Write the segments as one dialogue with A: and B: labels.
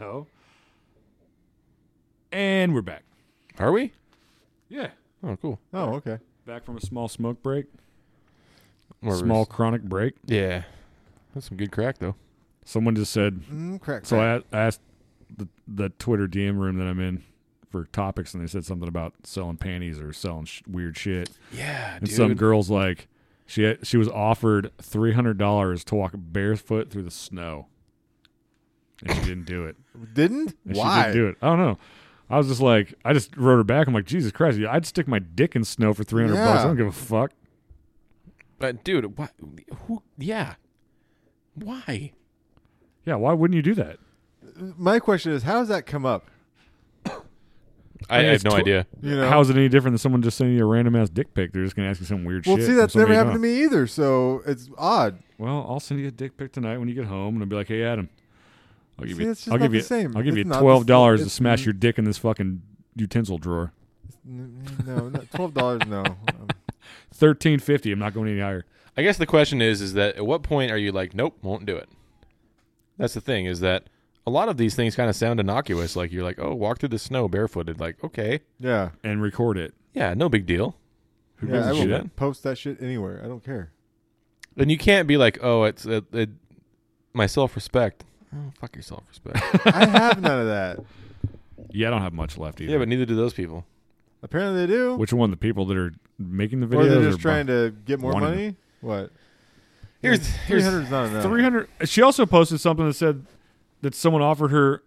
A: No. And we're back.
B: Are we?
A: Yeah.
B: Oh, cool.
C: Oh, okay.
A: Back from a small smoke break,
B: Or is-
A: small chronic break.
B: Yeah. That's some good crack though.
A: Someone just said,
C: Mm, crack.
A: so
C: crack.
A: I, I asked the, the Twitter DM room that I'm in for topics, and they said something about selling panties or selling sh- weird shit.
B: Yeah,
A: And some girl's like, she had, she was offered three hundred dollars to walk barefoot through the snow, and she didn't do it.
C: didn't.
A: And
C: Why?
A: She didn't do it. I don't know. I was just like, I just wrote her back. I'm like, Jesus Christ, yeah, I'd stick my dick in snow for three hundred bucks. I
C: Yeah.
A: don't give a fuck.
B: But dude, why? Who? Yeah. Why?
A: Yeah, why wouldn't you do that?
C: My question is, how does that come up?
B: I, I
A: mean,
B: have
A: it's
B: no
A: tw-
B: idea.
C: You know.
A: How is it any different than someone just sending you a random ass dick pic? They're just gonna ask you some weird
C: well,
A: shit.
C: see,
A: from
C: that's never
A: somebody you
C: happened to
A: know.
C: me either. So it's odd.
A: Well, I'll send you a dick pic tonight when you get home, and I'll be like, Hey, Adam, I'll give
C: See,
A: you,
C: it's just
A: I'll
C: not
A: give
C: the
A: you,
C: same.
A: I'll give
C: It's
A: you
C: not the
A: twelve dollars
C: same.
A: to
C: It's-
A: smash your dick in this fucking utensil drawer.
C: Mm, No, not twelve dollars. no. Um,
A: Thirteen fifty. I'm not going any higher.
B: I guess the question is, is that at what point are you like, nope, won't do it? That's the thing is that a lot of these things kind of sound innocuous. Like you're like, oh, walk through the snow barefooted. Like, okay,
C: Yeah.
A: And record it.
B: yeah, no big deal. Who
C: Yeah. I
B: gives a
C: will
B: shit?
C: post that shit anywhere. I don't care.
B: And you can't be like, oh, it's it, it, my self respect. Oh, fuck your self respect.
C: I have none of that.
A: Yeah, I don't have much left either.
B: yeah, but neither do those people.
C: Apparently they do.
A: which one? The people that are making the videos
C: or they're
A: or
C: just trying to get more
A: wanting
C: money. What?
B: Here's
C: Three
B: here's
C: hundred is not enough.
A: Three hundred. She also posted something that said that someone offered her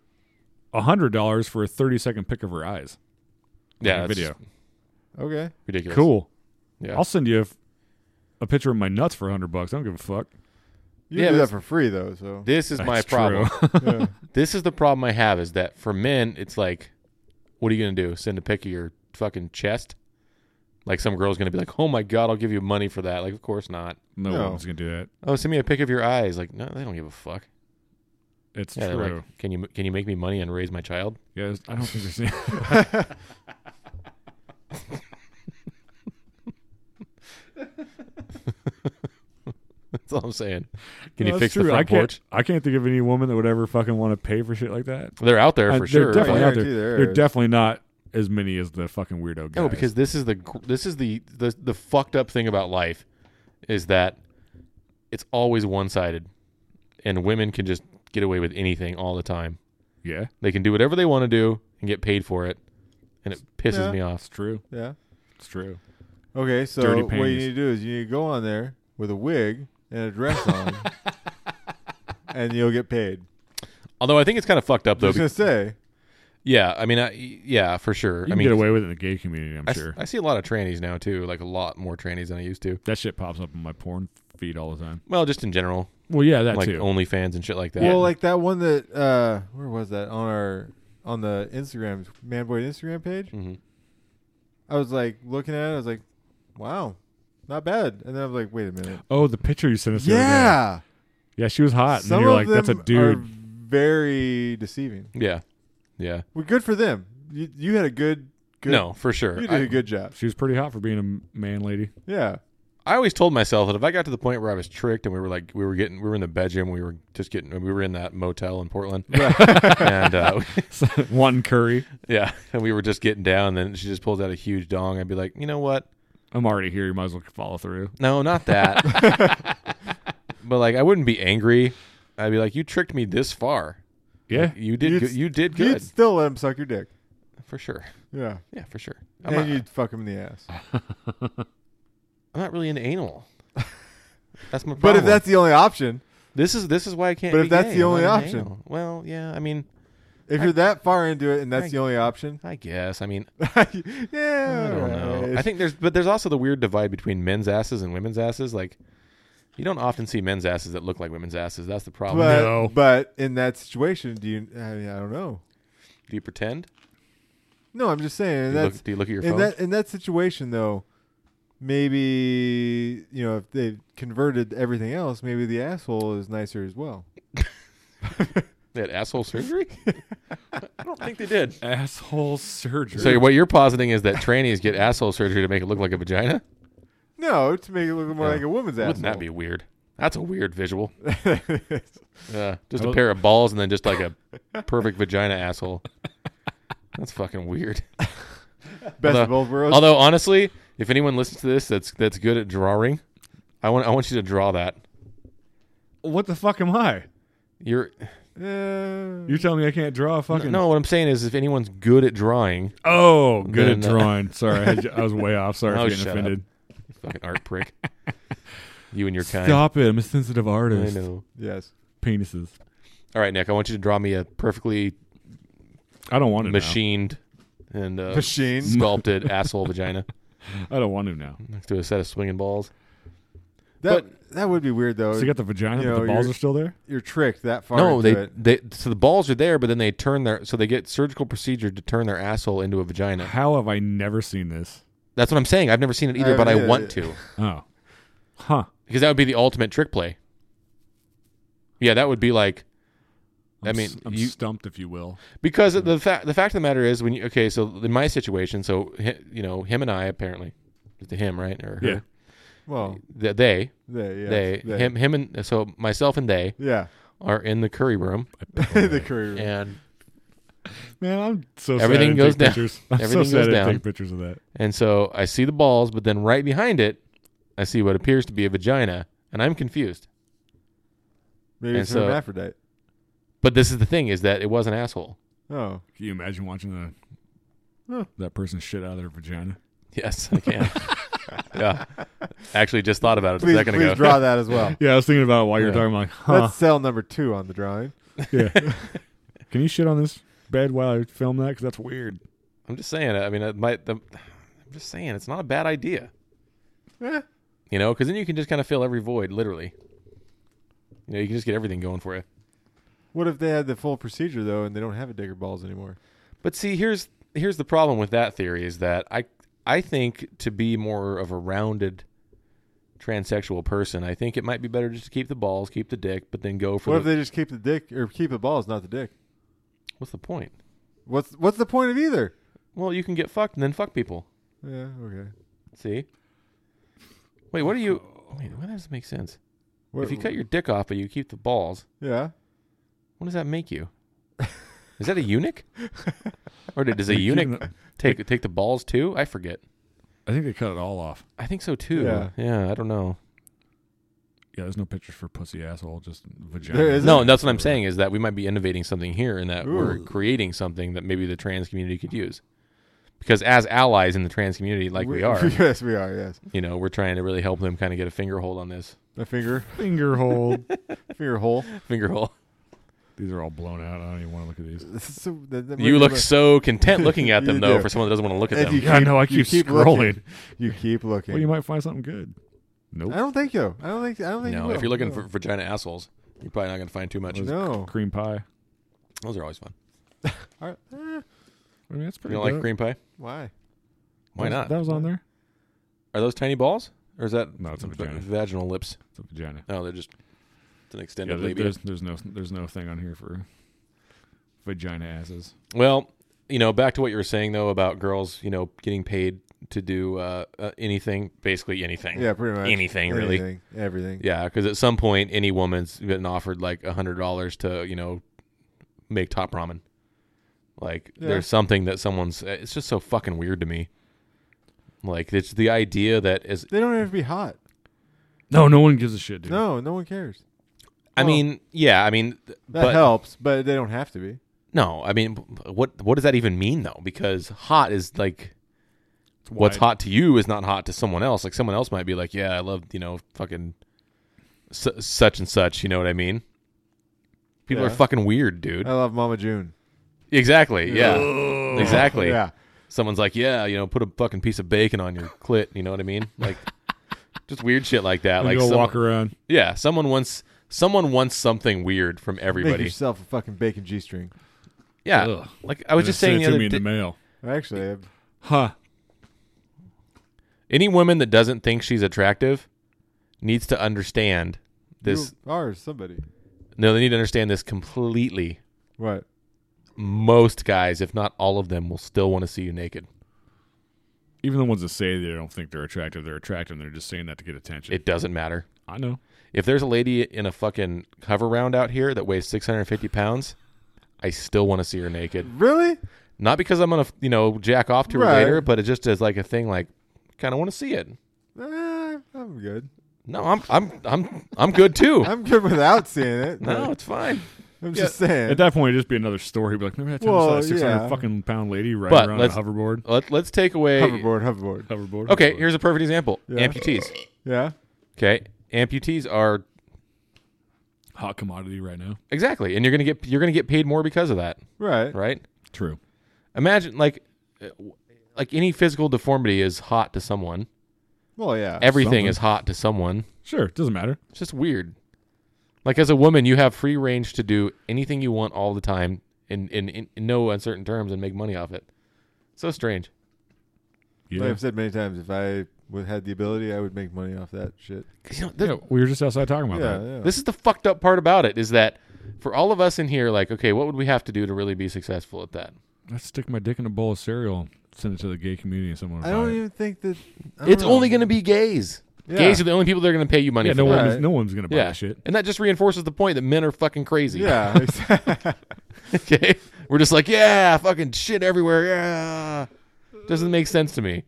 A: hundred dollars for a thirty second pic of her eyes.
B: yeah,
A: Like
B: that's
A: video.
C: Okay.
B: ridiculous.
A: Cool.
B: Yeah.
A: I'll send you a, f- a picture of my nuts for hundred bucks. I don't give a fuck.
C: You
B: Yeah,
C: do that
B: that's-
C: for free though. So.
B: This is my
A: That's
B: problem.
A: true.
C: Yeah.
B: this is the problem I have is that for men, it's like, what are you gonna do? Send a pic of your fucking chest? Like some girl's gonna be like, oh my god, I'll give you money for that. Like, of course not.
A: no,
C: No.
A: one's gonna do that.
B: Oh, send me a pic of your eyes. Like, no, they don't give a fuck.
A: It's
B: Yeah, they're
A: true.
B: like, can you can you make me money and raise my child?
A: yeah, it's- I don't think there's any.
B: That's all I'm saying. Can
A: No, that's
B: you fix
A: true.
B: the
A: I
B: front
A: can't.
B: porch?
A: I can't think of any woman that would ever fucking want to pay for shit like that.
B: They're out there
A: Uh,
B: for
A: they're
B: sure.
A: Definitely
C: I
A: out there.
C: guarantee there
A: They're
C: is.
A: definitely not as many as the fucking weirdo guys.
B: No, because this is the gr- this is the, the the fucked up thing about life is that it's always one sided, and women can just get away with anything all the time.
A: yeah,
B: They can do whatever they want to do and get paid for it, and it pisses
C: Yeah.
B: me
A: it's
B: off.
A: true.
C: yeah.
A: It's true.
C: Okay.
A: Dirty
C: So what you
A: panties.
C: need to do is you need to go on there with a wig and a dress on, and you'll get paid.
B: Although I think it's kind of fucked up
C: I
B: though.
C: was gonna say.
B: yeah, I mean, I, yeah, for sure.
A: You can
B: I mean,
A: get away with it in the gay community. I'm
B: I, s-
A: sure.
B: I see a lot of trannies now too, like a lot more trannies than I used to.
A: That shit pops up in my porn feed all the time.
B: Well, just in general,
A: Well, yeah, that
B: like oh,
A: too.
B: OnlyFans and shit like that.
C: Well, like that one that uh, where was that on our on the Instagram Manboy Instagram page?
B: Mhm.
C: I was like looking at it. I was like, wow, not bad. And then I was like, wait a minute.
A: oh, the picture you sent us. the other day.
C: yeah,
A: yeah, she was hot, and
C: some
A: then you're
C: of
A: like,
C: them
A: "That's a
C: are
A: dude."
C: very deceiving.
B: yeah, yeah.
C: Well, good for them. You, you had a good, good.
B: No, for sure.
C: you did
B: I-
C: a good job.
A: She was pretty hot for being a man, lady.
C: Yeah,
B: I always told myself that if I got to the point where I was tricked and we were like we were getting we were in the bedroom we were just getting we were in that motel in Portland and uh,
A: One curry.
B: yeah and we were just getting down then she just pulls out a huge dong I'd be like you know what
A: I'm already here. You might as well follow through.
B: no not that but like I wouldn't be angry I'd be like you tricked me this far
A: Yeah,
B: Like, you did
C: You'd-
B: good, you did
C: you'd
B: good
C: still let him suck your dick.
B: for sure
C: Yeah,
B: yeah for sure I'm
C: and
B: not,
C: you'd fuck him in the ass.
B: I'm not really into anal that's my problem
C: But if that's the only option,
B: this is this is why I can't
C: But if
B: be
C: that's
B: gay.
C: the
B: I'm
C: only
B: not into
C: option.
B: anal. well yeah I mean
C: if you're that far into it and that's
B: I-
C: the only option,
B: I guess I mean
C: yeah,
B: I don't know.
C: alright.
B: I think there's, but there's also the weird divide between men's asses and women's asses. Like, you don't often see men's asses that look like women's asses. That's the problem.
C: But,
A: No.
C: but in that situation, do you? I, mean, I don't know.
B: do you pretend?
C: No, I'm just saying.
B: Do
C: and
B: you,
C: that's
B: look, do you look at your
C: in
B: phone?
C: that in that situation though. Maybe you know if they converted everything else, maybe the asshole is nicer as well.
B: They had asshole surgery? I don't think they did.
A: asshole surgery.
B: So what you're positing is that trannies get asshole surgery to make it look like a vagina?
C: No, to make it look more
B: Yeah.
C: like a woman's asshole.
B: Wouldn't that be weird? That's a weird visual. Uh, just a
A: Hello?
B: pair of balls and then just like a perfect vagina asshole. That's fucking weird.
C: Best
B: Although-
C: of both worlds.
B: Although honestly, if anyone listens to this that's that's good at drawing, I want I want you to draw that.
A: What the fuck am I?
B: You're
C: Yeah.
A: You're telling me I can't draw a fucking
B: no. What I'm saying is, if anyone's good at drawing,
A: Oh, good at
B: Then, uh,
A: drawing. Sorry, I, had you- I was way off. Sorry
B: Oh,
A: for getting
B: shut up.
A: offended.
B: fucking art prick, you and your kind.
A: Stop it! I'm a sensitive
B: I
A: artist.
B: know.
C: yes.
A: Penises.
B: All right, Nick. I want you to draw me a perfectly
A: I don't want to
B: machined and uh,
C: Machine.
B: sculpted asshole vagina
A: Now. I don't want to now.
B: next to a set of swinging balls.
C: That that would be weird though.
A: So you got the vagina,
C: You
A: but the
C: know,
A: balls
C: you're-
A: are still there.
C: You're tricked that far.
B: no,
C: into
B: they,
C: it.
B: they so the balls are there, but then they turn their so they get surgical procedure to turn their asshole into a vagina.
A: How have I never seen this?
B: That's what I'm saying. I've never seen it either,
C: I
B: but I
C: haven't
B: want
C: either.
B: to
A: Oh, huh?
B: because that would be the ultimate trick play. Yeah, that would be like I
A: I'm
B: mean,
A: s- I'm
B: you-
A: stumped, if you will.
B: because the fact the fact of the matter is when you okay, so in my situation, so hi- you know him and I apparently, the him right or her,
A: Yeah.
C: Well,
B: Th- they
C: they, yes,
B: they, him him and so myself and they
C: Yeah.
B: are in the curry room
C: the career.
B: and
A: Man, I'm so
B: Everything
A: sad I didn't
B: goes
A: take
B: down.
A: Pictures. I'm
B: Everything
A: so
B: goes
A: sad I didn't
B: down.
A: take pictures of that.
B: and so I see the balls but then right behind it I see what appears to be a vagina and I'm confused
C: Maybe
B: And
C: it's
B: so-
C: hermaphrodite.
B: but this is the thing is that it was an asshole
C: Oh.
A: Can you imagine watching the that person shit out of their vagina?
B: yes I can yeah actually just thought about it a
C: Please,
B: second
C: please
B: ago
C: draw that as well.
A: Yeah, I was thinking about it while you're
B: Yeah.
A: talking. Like, huh?
C: That's cell number two on the drawing.
A: yeah. Can you shit on this bed while I film that? Because that's weird.
B: I'm just saying I mean it might the, I'm just saying it's not a bad idea
C: Eh.
B: you know because then you can just kind of fill every void literally you know you can just get everything going for you
C: What if they had the full procedure though, and they don't have a digger balls anymore?
B: But see, here's here's the problem with that theory is that I I think to be more of a rounded transsexual person, I think it might be better just to keep the balls, keep the dick, but then go for
C: What if
B: the,
C: they just keep the dick or keep the balls, not the dick?
B: what's the point?
C: What's what's the point of either?
B: Well, you can get fucked and then fuck people.
C: Yeah. Okay.
B: See? Wait, what are you?
A: Oh.
B: Wait, why does this make sense?
C: What,
B: if you cut your dick off but you keep the balls,
C: yeah.
B: what does that make you? Is that a eunuch? or did, does a
A: You're keeping
B: eunuch
A: it-
B: take take the balls too? I forget.
A: I think they cut it all off.
B: I think so too.
C: Yeah.
B: yeah I don't know.
A: Yeah, there's no pictures for pussy asshole, just vagina.
C: There isn't?
B: No, and that's what I'm saying is that we might be innovating something here and that we're
C: Ooh.
B: creating something that maybe the trans community could use. Because as allies in the trans community, like we are,
C: yes, we are. Yes.
B: you know, we're trying to really help them kind of get a finger hold on this
C: A finger,
A: Finger hold.
C: finger hole.
B: finger hole.
A: These are all blown out. I don't even want to look at these.
C: This is so- that- that
B: You
C: makes
B: look
C: me
B: so content looking at them,
C: You
B: though,
C: do.
B: for someone that doesn't want to look at
C: And
B: them.
C: you-
A: Yeah, I know. I
C: you
A: keep,
C: keep
A: scrolling.
C: looking. You keep looking.
A: Well, you might find something good. Nope.
C: I don't think so. I don't think. I don't think.
B: no,
C: you
B: if
C: will.
B: you're looking
C: No.
B: for vagina assholes, you're probably not going to find too much.
C: no.
A: Cream pie.
B: Those are always fun.
C: All right. Eh,
A: I mean, that's
B: You
A: pretty.
B: don't like
A: dope.
B: cream pie?
C: why?
B: Why
A: That was-
B: not?
A: That was on there.
B: Are those tiny balls? Or is that
A: No, it's a
B: v-
A: vagina.
B: vaginal lips?
A: It's a vagina.
B: No, they're just it's an
A: Yeah,
B: extended
A: there-
B: labia.
A: there's there's no there's no thing on here for vagina asses.
B: Well, you know, back to what you were saying though about girls, you know, getting paid to do uh, uh, anything, basically anything.
C: Yeah, pretty much.
B: Anything, really.
C: Anything, everything.
B: Yeah, because at some point, any woman's been offered like a hundred dollars to, you know, make top ramen. Like,
C: Yeah.
B: there's something that someone's. eh, It's just so fucking weird to me. Like, it's the idea that is.
C: They don't have to be hot.
A: No, no one gives a shit, dude.
C: No, no one cares.
B: I
C: Well-
B: mean, yeah, I mean, th-
C: That
B: but
C: helps, but they don't have to be.
B: no, I mean, what what does that even mean though? Because hot is like
A: It's
B: what's
A: wide.
B: hot to you is not hot to someone else. Like someone else might be like, yeah, I love you know fucking su- such and such. You know what I mean? People
C: Yeah.
B: are fucking weird, dude.
C: I love Mama June.
B: exactly. Yeah.
A: Ugh.
B: Exactly.
C: Yeah.
B: Someone's like, yeah, you know, put a fucking piece of bacon on your clit. You know what I mean? Like, just weird shit like that.
A: And
B: Like,
A: go
B: some-
A: walk around.
B: yeah, someone wants someone wants something weird from
C: Make
B: everybody.
C: yourself a fucking bacon G string.
B: Yeah.
A: Ugh.
B: Like I was
A: And
B: just
A: they
B: saying
A: sent it
B: the
A: to
B: other
A: me in
B: day,
A: the mail.
C: Actually, I've-
A: Huh.
B: any woman that doesn't think she's attractive needs to understand this.
C: you are somebody.
B: No, they need to understand this completely.
C: What?
B: most guys, if not all of them, will still want to see you naked.
A: Even the ones that say they don't think they're attractive, they're attractive. and They're just saying that to get attention.
B: It doesn't matter.
A: I know.
B: If there's a lady in a fucking hover round out here that weighs 650 pounds, I still want to see her naked.
C: Really?
B: Not because I'm gonna, you know, jack off to her
C: Right.
B: later, but it just is like a thing. Like, kind of want to see it.
C: Eh, I'm good.
B: No, I'm, I'm, I'm, I'm good too.
C: I'm good without seeing it. but
B: no, it's fine.
C: I'm just
A: At
C: saying.
A: that point, it'd just be another story. Be like, remember that time I saw
C: Well,
A: a 600
C: yeah.
A: fucking pound lady riding
B: But
A: around on a
B: let's-
A: hoverboard?
B: Let, let's take away.
C: hoverboard, hoverboard.
A: Hoverboard.
B: Okay,
A: hoverboard.
B: here's a perfect example.
C: Yeah.
B: Amputees.
C: Yeah.
B: Okay, amputees are
A: hot commodity right now.
B: exactly, and you're gonna get you're gonna get paid more because of that,
C: Right.
B: right?
A: True.
B: Imagine like, uh, w- like any physical deformity is hot to someone.
C: Well, yeah.
B: Everything
A: something.
B: is hot to someone.
A: Sure, it doesn't matter.
B: It's just weird. Like as a woman, you have free range to do anything you want all the time, in in, in, in no uncertain terms, and make money off it. So strange.
A: Yeah.
C: Like I've said many times, if I would had the ability, I would make money off that shit.
B: 'Cause, you know,
A: Yeah, we were just outside talking about
C: Yeah,
A: that.
C: yeah.
B: This is the fucked up part about it is that for all of us in here, like, okay, what would we have to do to really be successful at that?
A: I'd stick my dick in a bowl of cereal, send it to the gay community, and someone. would
C: I
A: buy
C: don't
A: it.
C: even think that. I don't
B: It's
C: know.
B: only going to be gays.
C: Yeah.
B: Gays are the only people that are going to pay you money
A: Yeah,
B: for
A: no
B: that.
A: one's
C: Right.
A: no one's gonna buy
B: Yeah.
A: that shit.
B: And that just reinforces the point that men are fucking crazy.
C: Yeah. exactly.
B: okay. We're just like, yeah, fucking shit everywhere. Yeah. Doesn't make sense to me.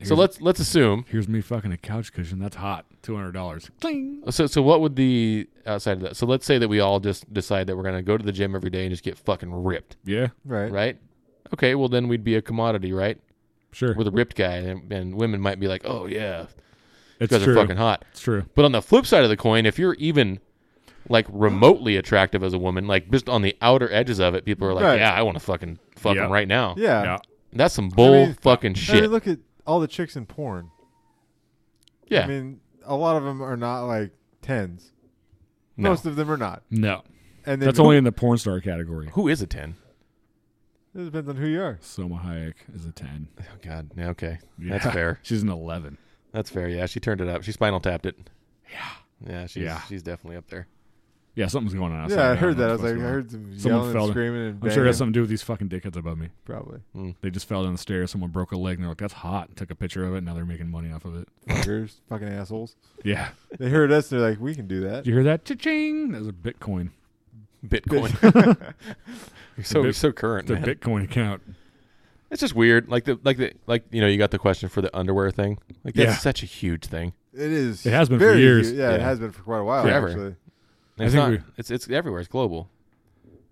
B: So
A: Here's-
B: let's let's assume.
A: Here's me fucking a couch cushion. That's hot. Two hundred dollars. Cling.
B: So so what would the outside of that? So let's say that we all just decide that we're going to go to the gym every day and just get fucking ripped,
A: Yeah,
C: right.
B: right? Okay, well then we'd be a commodity, right?
A: sure.
B: We're the ripped guy, and, and women might be like, "Oh yeah,
A: It's
B: you guys
A: true.
B: are fucking hot."
A: it's true.
B: But on the flip side of the coin, if you're even like remotely attractive as a woman, like just on the outer edges of it, people are like,
C: Right.
B: "Yeah, I want to fucking fuck
A: Yeah.
B: him right now."
C: Yeah.
A: Yeah.
B: That's some bull
C: I mean-
B: fucking
C: I
B: shit.
C: mean, look at all the chicks in porn.
B: yeah,
C: I mean, a lot of them are not like tens.
B: no.
C: Most of them are not.
A: No,
C: And they-
A: that's only in the porn star category.
B: Who is a ten?
C: It depends on who you are.
A: Soma Hayek is a ten.
B: Oh God, yeah, okay,
A: Yeah.
B: that's fair.
A: She's an eleven.
B: That's fair. Yeah, she turned it up. She spinal tapped it. Yeah, yeah, she's
A: Yeah.
B: she's definitely up there.
A: Yeah, something's going on. outside.
C: yeah, I
A: don't
C: heard
A: know
C: that. I was
A: what's
C: like, I
A: going on.
C: heard some
A: Someone
C: yelling
A: fell
C: and
A: down.
C: screaming and
A: I'm
C: banging.
A: sure it has something to do with these fucking dickheads above me.
C: Probably.
B: Hmm.
A: They just fell down the stairs. Someone broke a leg, and they're like, "That's hot." Took a picture of it. Now they're making money off of it.
C: Fuckers, fucking assholes.
A: Yeah,
C: They heard us. They're like, we can do that.
A: did you hear that? Cha-ching! That was a Bitcoin.
B: Bitcoin. You're so
A: Bit-
B: you're so current,
A: It's a
B: man.
A: Bitcoin account.
B: It's just weird. Like the like the like you know you got the question for the underwear thing. Like that's
A: Yeah.
B: such a huge thing.
C: It is.
A: It has been for
C: very
A: years.
C: hu- Yeah, it
B: Yeah.
C: has been for quite a while.
B: Forever.
C: Actually,
A: I
B: It's
A: think
B: not.
A: we-
B: It's it's everywhere. It's global.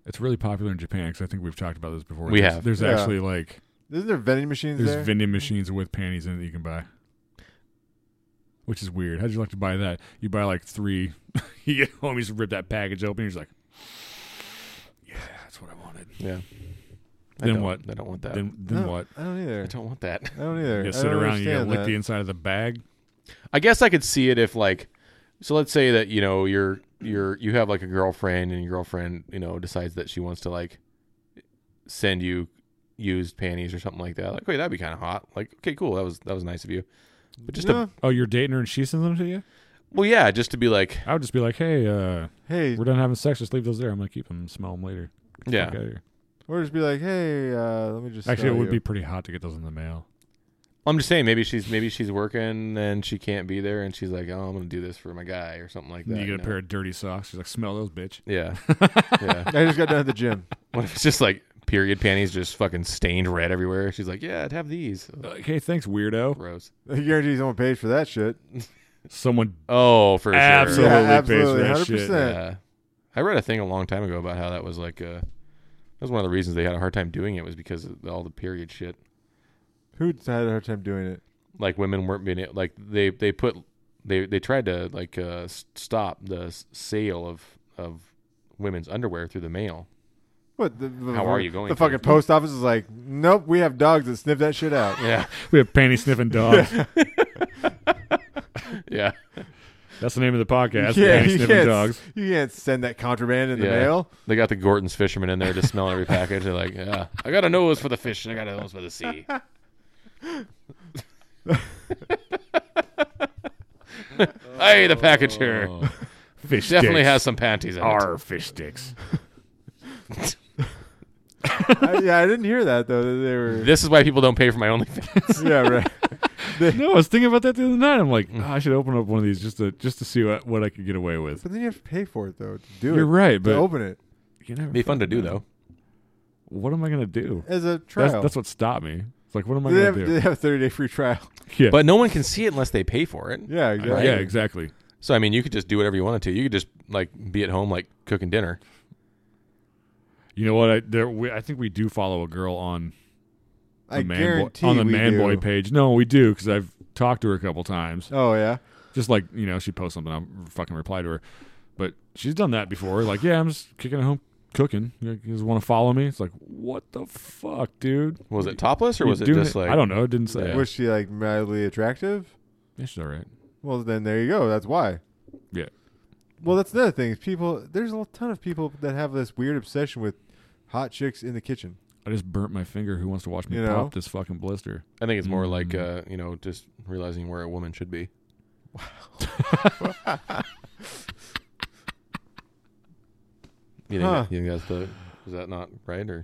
A: It's really popular in Japan because I think we've talked about this before.
B: We
A: there's,
B: have.
A: There's
C: Yeah.
A: actually like
C: isn't there vending machines
A: there's
C: there?
A: vending machines with panties in it that you can buy, which is weird. How'd you like to buy that? You buy like three. you get home, you just rip that package open. You're just like, yeah, that's what I wanted.
B: Yeah.
A: Then
B: don't-
A: what?
B: I don't want that.
A: Then then
C: No,
A: what?
C: I don't
B: I
C: either.
B: don't want that.
C: I don't either.
A: You
C: oh, I
A: sit
C: don't
A: around, and you gotta
C: understand
A: lick
C: that.
A: the inside of the bag.
B: I guess I could see it if like, so let's say that you know you're you're you have like a girlfriend and your girlfriend you know decides that she wants to like send you used panties or something like that. Like, wait, that'd be kind of hot. Like, okay, cool. That was that was nice of you. But just
C: No,
B: to
A: Oh, you're dating her and she sends them to you?
B: well, yeah, just to be like,
A: I would just be like, hey, uh,
C: hey,
A: we're done having sex. Just leave those there. I'm gonna keep them, smell them later. Get the
B: Yeah.
A: fuck outta here.
C: or just be like, hey, uh, let me just.
A: Actually, it
C: sell
A: would be
C: you.
A: pretty hot to get those in the mail.
B: I'm just saying maybe she's maybe she's working and she can't be there and she's like, oh, I'm gonna do this for my guy or something like that.
A: you get a
B: know?
A: pair of dirty socks. She's like, smell those, bitch.
B: Yeah, yeah.
C: I just got done at the gym.
B: What if it's just like period panties just fucking stained red everywhere? She's like, yeah, I'd have these. Ugh,
A: Like, hey, thanks, weirdo.
B: Gross.
C: I guarantee someone paid for that shit.
A: Someone
B: Oh, for
A: Absolutely.
B: sure.
C: yeah, absolutely,
A: pays for that
C: hundred
A: shit.
C: percent.
B: Yeah. I read a thing a long time ago about how that was like uh that was one of the reasons they had a hard time doing it was because of all the period shit.
C: Who had a hard time doing it?
B: Like women weren't being a- like they they put they they tried to like uh s- stop the s- sale of of women's underwear through the mail.
C: What? The, the,
B: How are you going
C: The
B: for it?
C: fucking post office is like, nope. We have dogs that sniff that shit out.
B: Yeah.
A: we have panty sniffing dogs.
B: Yeah.
A: That's the name of the podcast.
C: Yeah,
A: panty
C: you
A: sniffing
C: can't-
A: dogs.
C: You can't send that contraband in the
B: Yeah.
C: mail.
B: They got the Gorton's fishermen in there to smell every package. They're like, yeah, I got a nose for the fish and I got a nose for the sea. hey, the package here
A: Fish
B: definitely
A: sticks.
B: has some panties in it.
A: our fish sticks.
C: I, yeah, I didn't hear that though. That they were.
B: This is why people don't pay for my OnlyFans.
C: yeah, right.
A: no, I was thinking about that the other night. I'm like, "Ah, I should open up one of these just to just to see what, what I could get away with.
C: But then you have to pay for it though to do
A: You're
C: it.
A: right,
C: to
A: but
C: open it
A: you never
B: Be fun to
A: fucking
B: do
A: know.
B: though.
A: What am I gonna do?
C: as a trial.
A: That's, that's what stopped me. It's like, what am I
C: do they,
A: gonna
C: have,
A: do?
C: do they have a thirty day free trial?
A: yeah,
B: But no one can see it unless they pay for it.
C: Yeah, exactly.
A: yeah, exactly.
B: So I mean, you could just do whatever you wanted to. You could just like be at home, like cooking dinner.
A: You know what? I there, we, I think we do follow a girl on the
C: I
A: man
C: guarantee
A: boy, on the
C: we
A: man
C: do.
A: boy page. No, we do because I've talked to her a couple times.
C: Oh yeah,
A: Just like you know, she posts something, I fucking reply to her. But she's done that before. Like, yeah, I'm just kicking at home cooking. You guys want to follow me? It's like, what the fuck, dude?
B: Was it topless or
A: You
B: was it
A: doing
B: just like
A: I don't know. It didn't say.
B: Yeah.
A: Yeah.
C: was she like mildly attractive?
A: she's all right.
C: Well, then there you go. That's why.
A: Yeah.
C: Well, that's another thing. is People, there's a ton of people that have this weird obsession with hot chicks in the kitchen.
A: I just burnt my finger. Who wants to watch me
C: You
A: pop
C: know?
A: this fucking blister?
B: I think it's more like uh,
A: Mm.
B: you know, just realizing where a woman should be. you, think
C: Huh.
B: that, you think that's the is that not right or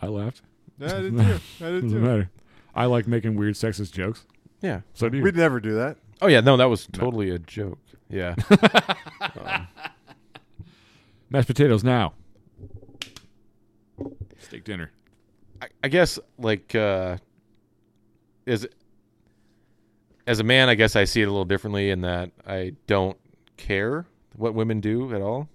A: I laughed.
C: I did too. I did
A: Doesn't
C: too.
A: matter. I like making weird sexist jokes.
B: yeah?
A: So do you.
C: We'd never do that.
B: Oh yeah, no, that was
A: No.
B: totally a joke. Yeah, Um,
A: Mashed potatoes now. Steak dinner.
B: I, I guess like uh, as as a man, I guess I see it a little differently in that I don't care what women do at all.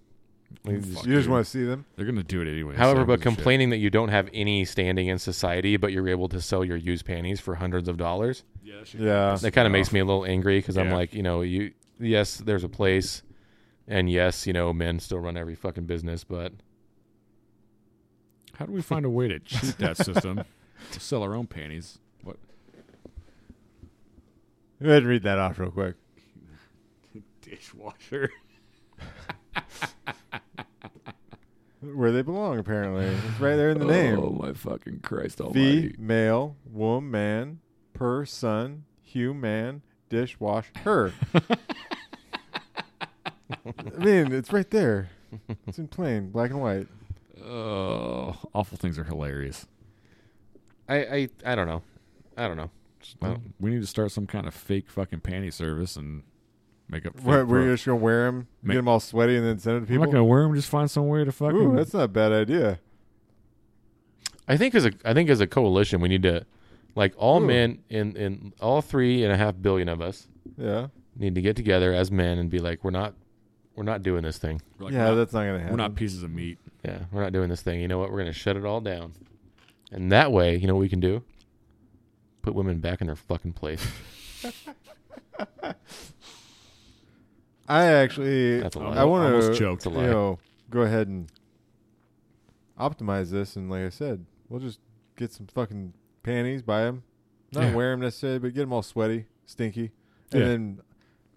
B: Like, just-
A: Fuck,
C: you just
A: dude.
C: want to see them.
A: They're gonna do it anyway.
B: However,
A: so
B: but
A: who gives a shit?
B: complaining that you don't have any standing in society, but you're able to sell your used panties for hundreds of dollars,
C: Yeah.
B: that kind of makes me a little angry because I'm
A: Yeah.
B: like, you know, you yes, there's a place, and yes, you know, men still run every fucking business, but
A: How do we find a way to cheat that system? to sell our own panties. What?
C: Go ahead and read that off real quick.
A: Dishwasher.
C: Where they belong, apparently. It's right there in the
A: Oh
C: name.
A: my fucking Christ
C: The
A: Almighty!
C: male woman person human dishwasher. I mean, it's right there. It's in plain black and white.
A: Oh, awful things are hilarious.
B: I I, I don't know, I don't know.
A: Well, we need to start some kind of fake fucking panty service and make up.
C: What,
A: fake
C: we're
A: pro-
C: just gonna wear them,
A: Make-
C: get them all sweaty, and then send them to
A: I'm not
C: people.
A: gonna wear them. Just find some way to fucking.
C: Ooh, that's not a bad idea.
B: I think as a I think as a coalition, we need to, like, all
C: Ooh.
B: men in in all three and a half billion of us
C: Yeah,
B: need to get together as men and be like, we're not, we're not doing this thing.
A: We're like,
C: yeah,
A: we're not-
C: that's not gonna happen.
A: we're not pieces of meat.
B: Yeah, we're not doing this thing. You know what? We're gonna shut it all down. And that way, you know what we can do? Put women back in their fucking place.
C: I actually,
B: That's a lie.
A: I
C: I want
A: almost
C: to,
A: choked.
B: a
C: you
B: lie.
C: know, go ahead and optimize this. And like I said, we'll just get some fucking panties, buy them, not wear
A: Yeah.
C: 'em wear them necessarily, but get them all sweaty, stinky, and
A: Yeah.
C: then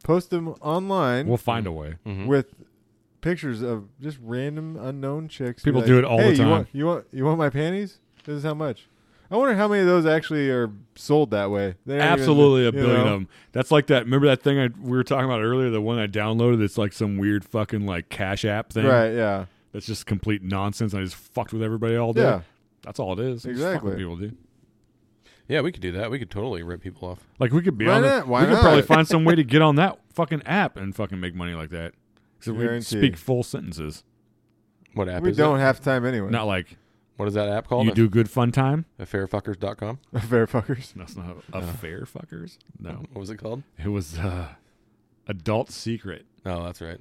C: post them online
A: We'll find a way.
B: Mhm.
C: with pictures of just random unknown chicks. Be
A: People
C: like,
A: do it all the
C: "Hey,
A: time."
C: You want, you want you want my panties? This is how much. I wonder how many of those actually are sold that way. They aren't even-
A: Absolutely a
C: you
A: billion
C: know?
A: of them. That's like that. Remember that thing I, we were talking about earlier? The one I downloaded that's like some weird fucking like cash app thing.
C: Right? Yeah.
A: That's just complete nonsense. And I just fucked with everybody all day.
C: Yeah.
A: That's all it is. I'm just fucking
C: Exactly.
A: with People do.
B: Yeah, we could do that. We could totally rip people off.
A: Like we could be
C: Why
A: on. the-
C: not? Why
A: we could
C: not?
A: probably find some way to get on that fucking app and fucking make money like that. Because we
C: Guarantee.
A: speak full sentences,
B: What app
C: we
B: is
C: don't
B: it?
C: have time anyway.
A: not like
B: What is that app called?
A: you do good fun time.
B: A- Affairfuckers.com?
C: Fair fuckers.
A: That's not a fair fuckers. No,
B: What was it called?
A: it was uh, adult secret.
B: No, that's right.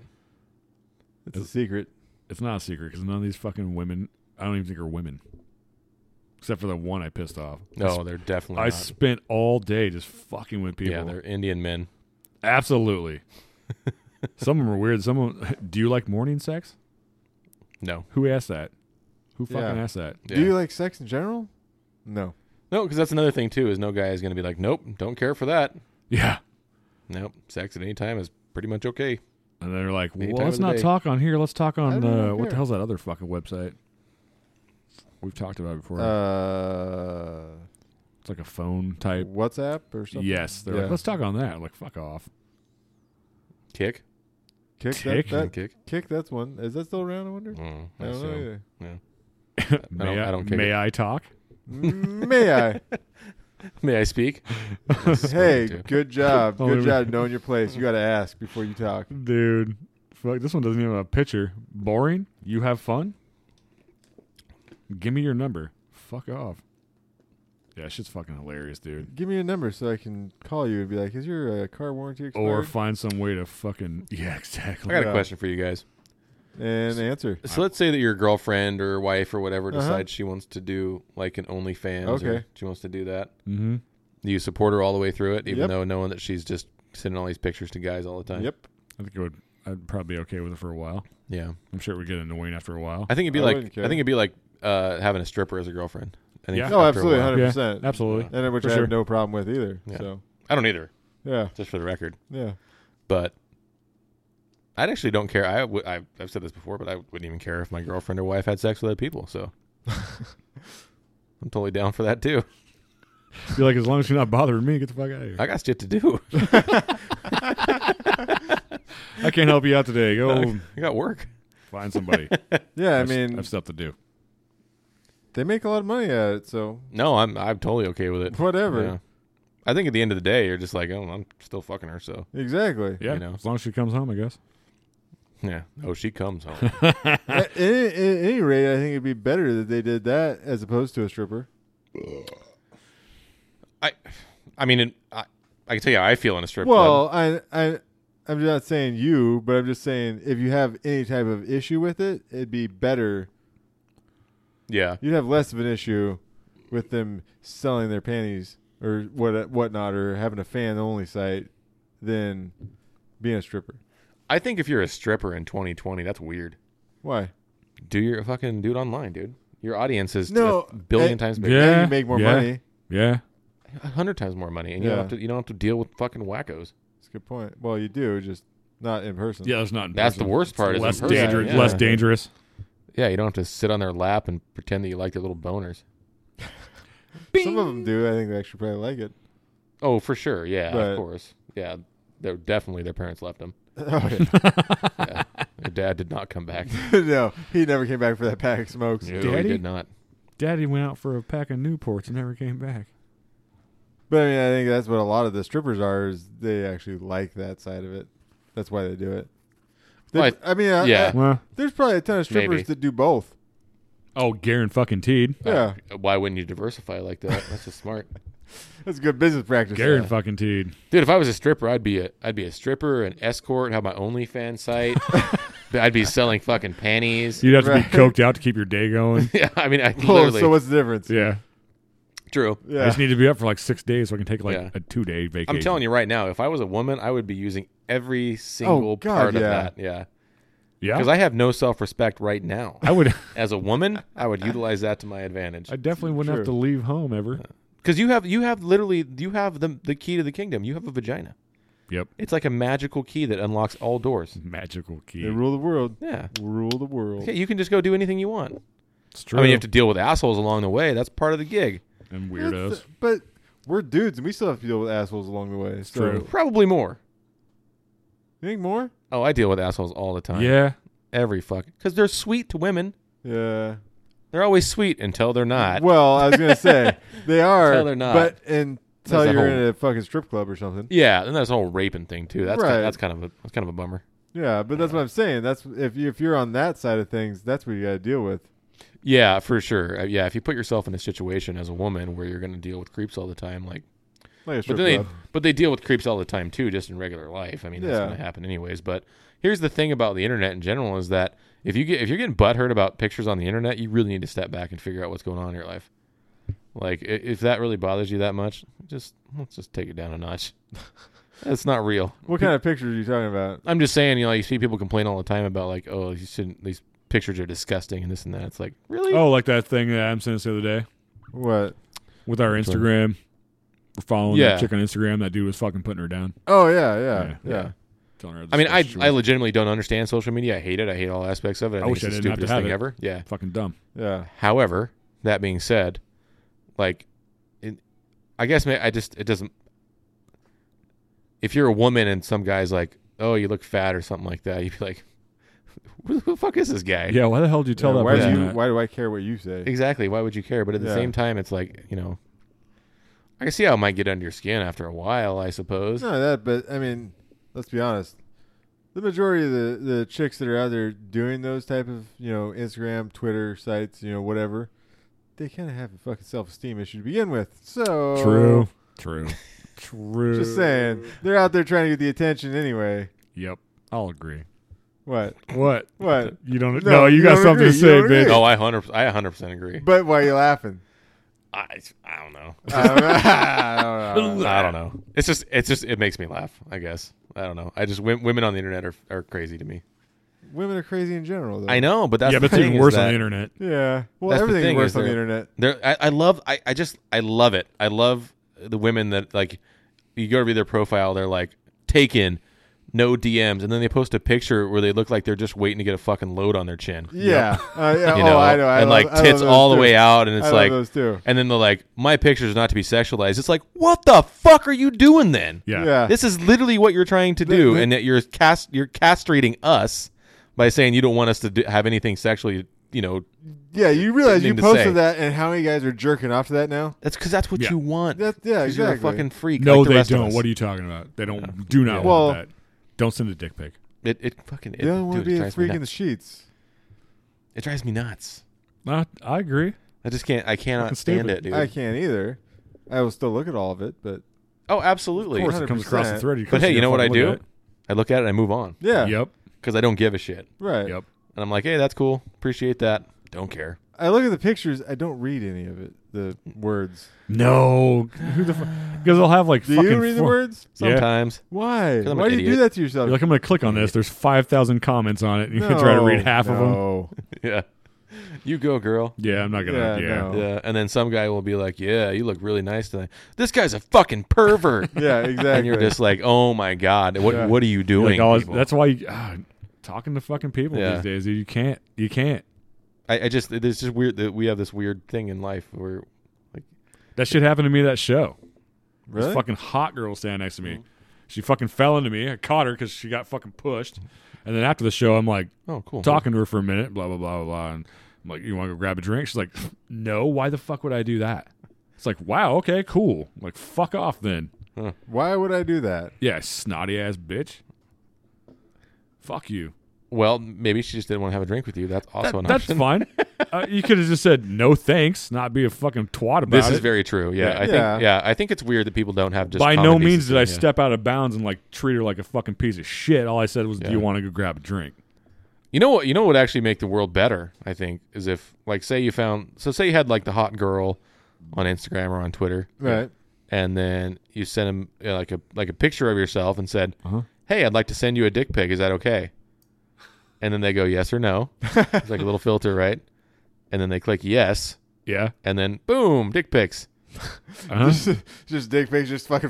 C: It's a secret.
A: It's not a secret because none of these fucking women, I don't even think are women, except for the one I pissed off. I,
B: No,
A: sp-
B: they're definitely
A: I
B: not.
A: spent all day just fucking with people.
B: Yeah, they're Indian men.
A: Absolutely. some of them are weird. Some of 'em- do you like morning sex?
B: No.
A: Who asked that? Who fucking
C: Yeah.
A: asked that?
B: Yeah.
C: Do you like sex in general? No.
B: no, because that's another thing too, is no guy is gonna be like, Nope, don't care for that.
A: Yeah.
B: Nope. Sex at any time is pretty much okay.
A: And they're like,
B: Any
A: well,
B: time
A: let's
B: of the
A: not
B: day.
A: talk on here. Let's talk
C: I
A: on
C: don't
A: uh,
C: care.
A: what the hell's that other fucking website? We've talked about it before.
C: Uh,
A: it's like a phone type.
C: WhatsApp or something.
A: Yes. They're
C: Yeah.
A: like, let's talk on that. I'm like, fuck off.
B: Kick.
C: Kick.
A: Tick?
C: That, Oh, that,
B: Kick.
C: kick. That's one. Is that still around? I wonder.
B: Mm,
C: I don't
B: so-
C: know. Either.
A: may
B: I don't kick
A: may
B: it.
A: I talk?
C: May I?
B: May I speak? Spoken
C: hey,
B: to.
C: good job.
A: Oh,
C: Good
A: wait.
C: job knowing your place. You got to ask before you talk.
A: Dude, fuck, this one doesn't even have a picture. Boring? You have fun? Give me your number. Fuck off. Yeah, shit's fucking hilarious, dude.
C: Give me your number so I can call you and be like, "Is your uh, car warranty expired?"
A: Or find some way to fucking yeah, exactly.
B: I got a
C: Yeah. Uh-huh.
B: question for you guys.
C: and answer.
B: So let's say that your girlfriend or wife or whatever
C: Uh-huh.
B: decides she wants to do like an OnlyFans. Or
C: Okay.
B: she wants to do that.
A: Mm-hmm.
B: Do you support her all the way through it, even
C: Yep.
B: though knowing that she's just sending all these pictures to guys all the time?
C: Yep.
A: I think it would. I'd probably be okay with it for a while.
B: Yeah.
A: I'm sure it would get annoying after a while.
B: I think it'd be
C: I
B: like I
C: wouldn't care.
B: think it'd be like uh, having a stripper as a girlfriend. I think
A: Yeah.
B: after
C: Oh,
B: a
C: absolutely,
B: while-
C: hundred percent.
A: Absolutely.
B: Yeah.
C: And which
A: For
C: I
A: sure.
C: have no problem with either.
B: Yeah.
C: So
B: I don't either,
C: yeah,
B: just for the record.
C: yeah.
B: But I actually don't care. I w- I, I've said this before, but I wouldn't even care if my girlfriend or wife had sex with other people. So I'm totally down for that too.
A: Be like, as long as you're not bothering me, get the fuck out of here.
B: I got shit to do.
A: I can't help you out today. Go
B: I got work.
A: find somebody.
C: Yeah, I
A: I've-
C: mean,
A: I've stuff to do.
C: they make a lot of money at it, so
B: No, I'm I'm totally okay with it.
C: whatever.
B: Yeah. I think at the end of the day, you're just like, oh, I'm still fucking her. So
C: Exactly.
A: Yeah,
B: You know.
A: as long as she comes home, I guess.
B: yeah. Oh, she comes home.
C: at, any, at any rate, I think it'd be better that they did that as opposed to a stripper.
B: I, I mean, it, I I can tell you how I feel in a strip club.
C: Well, I, I, I'm not saying you, but I'm just saying if you have any type of issue with it, it'd be better.
B: Yeah.
C: You'd have less of an issue with them selling their panties or what whatnot or having a fan only site than being a stripper.
B: I think if you're a stripper in 2020, that's weird.
C: Why?
B: Do your fucking dude online, dude. Your audience is
C: No,
B: a billion
C: eh,
B: times
A: Yeah,
B: bigger,
C: Now you make more
A: yeah.
C: money.
A: Yeah,
B: a hundred times more money, and you don't
C: Yeah.
B: have to. You don't have to deal with fucking wackos.
C: That's a good point. Well, you do just not in person.
A: yeah. That's not. in
B: That's the
A: person.
B: worst part. Is in
A: Less
B: person.
A: dangerous.
B: Yeah.
A: Less dangerous.
B: Yeah, you don't have to sit on their lap and pretend that you like their little boners.
C: Some of them do. I think they actually probably like it.
B: Oh, for sure. Yeah,
C: Right.
B: of course. Yeah, they're definitely their parents left them.
C: Oh, yeah.
B: Yeah. their dad did not come back.
C: no, he never came back for that pack of smokes.
B: No, he
A: Daddy?
B: did not.
A: Daddy went out for a pack of Newports and never came back.
C: But I mean, I think that's what a lot of the strippers are. Is they actually like that side of it? That's why they do it. They-
B: Well,
C: I mean, I-
B: yeah.
C: I-
A: Well,
C: there's probably a ton of strippers
B: Maybe.
C: that do both.
A: oh, Garen fucking teed.
C: Yeah,
B: Uh, why wouldn't you diversify like that? That's just smart,
C: that's good business practice.
A: Garen fucking teed.
B: dude. If I was a stripper, I'd be a I'd be a stripper, an escort, have my OnlyFans site. I'd be selling fucking panties.
A: You'd have to be
C: Right.
A: coked out to keep your day going.
B: Yeah, I mean, I
C: Oh,
B: literally
C: so what's the difference?
A: yeah.
B: true.
A: I
C: Yeah,
A: just need to be up for like six days so I can take like
B: Yeah.
A: a two day vacation.
B: I'm telling you right now, if I was a woman, I would be using every single
C: Oh, God,
B: part of
C: yeah.
B: that. Yeah.
A: Yeah.
B: Because I have no self respect right now.
A: I would.
B: As a woman, I would utilize that to my advantage.
A: I definitely wouldn't have to
C: True.
A: leave home ever.
B: Because you have you have literally you have the the key to the kingdom. You have a vagina.
A: Yep.
B: It's like a magical key that unlocks all doors.
A: Magical key.
C: they rule the world.
B: Yeah.
C: Rule the world.
B: Okay, you can just go do anything you want.
A: It's true.
B: I mean, you have to deal with assholes along the way. That's part of the gig.
A: and
C: That's-
A: weirdos.
C: But we're dudes, and we still have to deal with assholes along the way. So,
A: true.
B: Probably more.
C: You think more?
B: Oh, I deal with assholes all the time.
A: Yeah.
B: Every fuck. Because they're sweet to women.
C: Yeah.
B: They're always sweet until they're not.
C: Well, I was gonna say they are,
B: Until they're not.
C: but until
B: There's a
C: you're
B: whole-
C: in a fucking strip club or something.
B: Yeah, and that's the whole raping thing too. That's kind
C: Right.
B: that's kind of a that's kind of a bummer.
C: Yeah, but that's what I'm saying. That's if you, if you're on that side of things, that's what you got to deal with.
B: Yeah, for sure. Uh, Yeah, if you put yourself in a situation as a woman where you're going to deal with creeps all the time, like
C: Like a
B: but
C: strip
B: then they
C: club.
B: but they deal with creeps all the time too, just in regular life. I mean, that's
C: Yeah.
B: going to happen anyways. But here's the thing about the internet in general is that if you get if you're getting butthurt about pictures on the internet, you really need to step back and figure out what's going on in your life. Like i- if that really bothers you that much, just let's just take it down a notch. That's not real.
C: What kind of pictures are you talking about?
B: I'm just saying, you know, you see people complain all the time about like, oh, you shouldn't. These pictures are disgusting and this and that. It's like, really?
A: Oh, like that thing that Adam sent us the other day
C: What?
A: with our
B: Which one?
A: Instagram. We're following
B: Yeah.
A: that chick on Instagram. That dude was fucking putting her down.
C: Oh yeah, yeah,
A: Yeah.
C: yeah.
A: Telling her.
B: I mean,
A: this
B: I
A: was
B: I
A: true.
B: legitimately don't understand social media. I hate it. I hate all aspects of it. I,
A: I
B: think
A: wish
B: it's the
A: I didn't have to
B: stupidest
A: have
B: thing
A: it.
B: ever. Yeah.
A: fucking dumb.
C: yeah,
B: However, that being said, like, it, I guess may, I just it doesn't. If you're a woman and some guy's like, oh, you look fat or something like that, you'd be like, who the fuck is this guy?
A: Yeah. Why the hell did you tell
C: Yeah,
A: that
C: why
A: person
C: do you?
A: that?
C: Why do I care what you say?
B: Exactly. Why would you care? But at the
C: Yeah.
B: same time, it's like you know, I can see how it might get under your skin after a while, I suppose.
C: Not that, but I mean, let's be honest. The majority of the, the chicks that are out there doing those type of you know Instagram, Twitter sites, you know whatever, they kind of have a fucking self esteem issue to begin with. So
A: True. True. True.
C: Just saying, they're out there trying to get the attention anyway.
A: Yep. I'll agree.
C: What?
A: What?
C: What?
A: You don't.
C: No,
A: No, you,
C: you
A: got
C: don't
A: something to
C: agree. You
A: say,
C: don't
A: bitch.
C: agree.
B: Oh, I hundred, I hundred percent agree.
C: But why are you laughing?
B: I, I don't know.
C: I don't know. I don't know.
B: Um, I don't know. It's just, it's just, it makes me laugh. I guess. I don't know. I just wom- women on the internet are, are crazy to me.
C: Women are crazy in general, though.
B: I know, but that's
A: yeah,
B: the
A: but it's even
B: thing is
A: worse on
B: that-
A: the internet.
C: Yeah. Well,
B: That's the
C: everything's
B: thing
C: worse
B: is
C: on the
B: they're-
C: internet.
B: There, I, I love. I, I just I love it. I love the women that like. You go to read their profile. They're like taken, no DMs, and then they post a picture where they look like they're just waiting to get a fucking load on their chin.
C: Yeah. Uh, yeah.
B: You
C: oh,
B: know,
C: I know. I
B: and
C: love-
B: like
C: I love
B: tits
C: those
B: all the
C: too.
B: way out, and
C: I
B: it's
C: love
B: like,
C: those too.
B: and then they're like, my picture is not to be sexualized. It's like, what the fuck are you doing then?
A: Yeah.
C: Yeah.
B: This is literally what you're trying to do, and that you're cast you're castrating us by saying you don't want us to do, have anything sexually. You know,
C: Yeah, you realize you
B: thing to say.
C: posted that, and how many guys are jerking off to that now?
B: that's because that's what
A: Yeah.
B: you want.
C: That yeah,
B: 'Cause you're
C: exactly.
B: a fucking freak.
A: No,
B: like the
A: they
B: rest of
A: don't.
B: us.
A: What are you talking about? They don't. Do not
B: Yeah.
A: want
C: Well-
A: that. Don't send a dick pic.
B: It, it fucking. It,
C: you don't want
B: dude,
C: to be
B: it
C: a
B: drives me
C: freak in the
B: nuts.
C: sheets.
B: it drives me nuts.
A: Not. I agree.
B: I just can't. I cannot
A: Fucking
B: stand
A: stupid.
B: it, dude.
C: I can't either. I will still look at all of it, but
B: oh,
A: Of
B: absolutely.
A: course, it comes across the
C: 100%.
A: thread. Of
B: But
A: course
B: hey, you
A: gotta
B: know what I
A: fucking
B: do?
A: look
B: I look at it and I move on
C: yeah,
A: at it. Yep.
B: because I don't give a shit.
C: right.
A: Yep.
B: And I'm like, hey, that's cool. Appreciate that. Don't care.
C: I look at the pictures. I don't read any of it. The
B: Mm.
C: words.
A: No. Who the? Because I'll have like
C: Do
A: fucking.
C: you read the
A: four-
C: words?
A: Yeah.
B: Sometimes.
C: Why?
B: 'Cause I'm an
C: Why do you do
B: idiot.
C: that to yourself?
A: You're like, I'm going to click on this. There's 5,000 comments on it. And you can try to read half of them.
C: them.
B: Yeah. You go, girl.
A: Yeah, I'm not going
C: Yeah,
A: to. Yeah.
C: no.
B: Yeah. And then some guy will be like, yeah, you look really nice tonight. This guy's a fucking pervert.
C: Yeah, exactly.
B: And you're just like, oh my god, what
C: Yeah.
B: what are you
A: You're like,
B: doing?
A: oh,
B: people?"
A: that's why you, ah, talking to fucking people
B: Yeah.
A: these days, dude, you can't. You can't.
B: I, I just there's just weird that we have this weird thing in life where
A: That shit happened to me at that show. This
C: really?
A: fucking hot girl standing next to me.
B: Mm-hmm.
A: She fucking fell into me. I caught her because she got fucking pushed. And then after the show, I'm like
B: oh cool
A: talking to her for a minute, blah, blah, blah, blah, blah. And I'm like, you want to go grab a drink? She's like, no, why the fuck would I do that? It's like, wow, okay, cool. I'm like, fuck off then.
C: Why would I do that?
A: Yeah, snotty ass bitch. Fuck you.
B: Well, maybe she just didn't want to have a drink with you. That's also
A: That-
B: an
A: that's
B: option.
A: fine. uh, you could have just said no thanks, not be a fucking twat about
B: This
A: it.
B: is very true. Yeah,
A: Yeah.
B: I
C: Yeah.
B: think. Yeah, I think it's weird that people don't have just.
A: By
B: common
A: no means
B: decency,
A: did I
B: yeah.
A: step out of bounds and like treat her like a fucking piece of shit. All I said was, "Do
B: Yeah.
A: you want to go grab a drink?"
B: You know what? You know what would actually make the world better. I think is if, like, say you found. So say you had like the hot girl on Instagram or on Twitter,
C: Right.
B: and then you sent him you know, like a like a picture of yourself and said,
A: Uh-huh.
B: "Hey, I'd like to send you a dick pic. Is that okay?" And then they go yes or no. it's like a little filter, right? And then they click yes,
A: Yeah.
B: and then boom, dick pics.
A: Uh-huh.
C: Just, just dick pics just fucking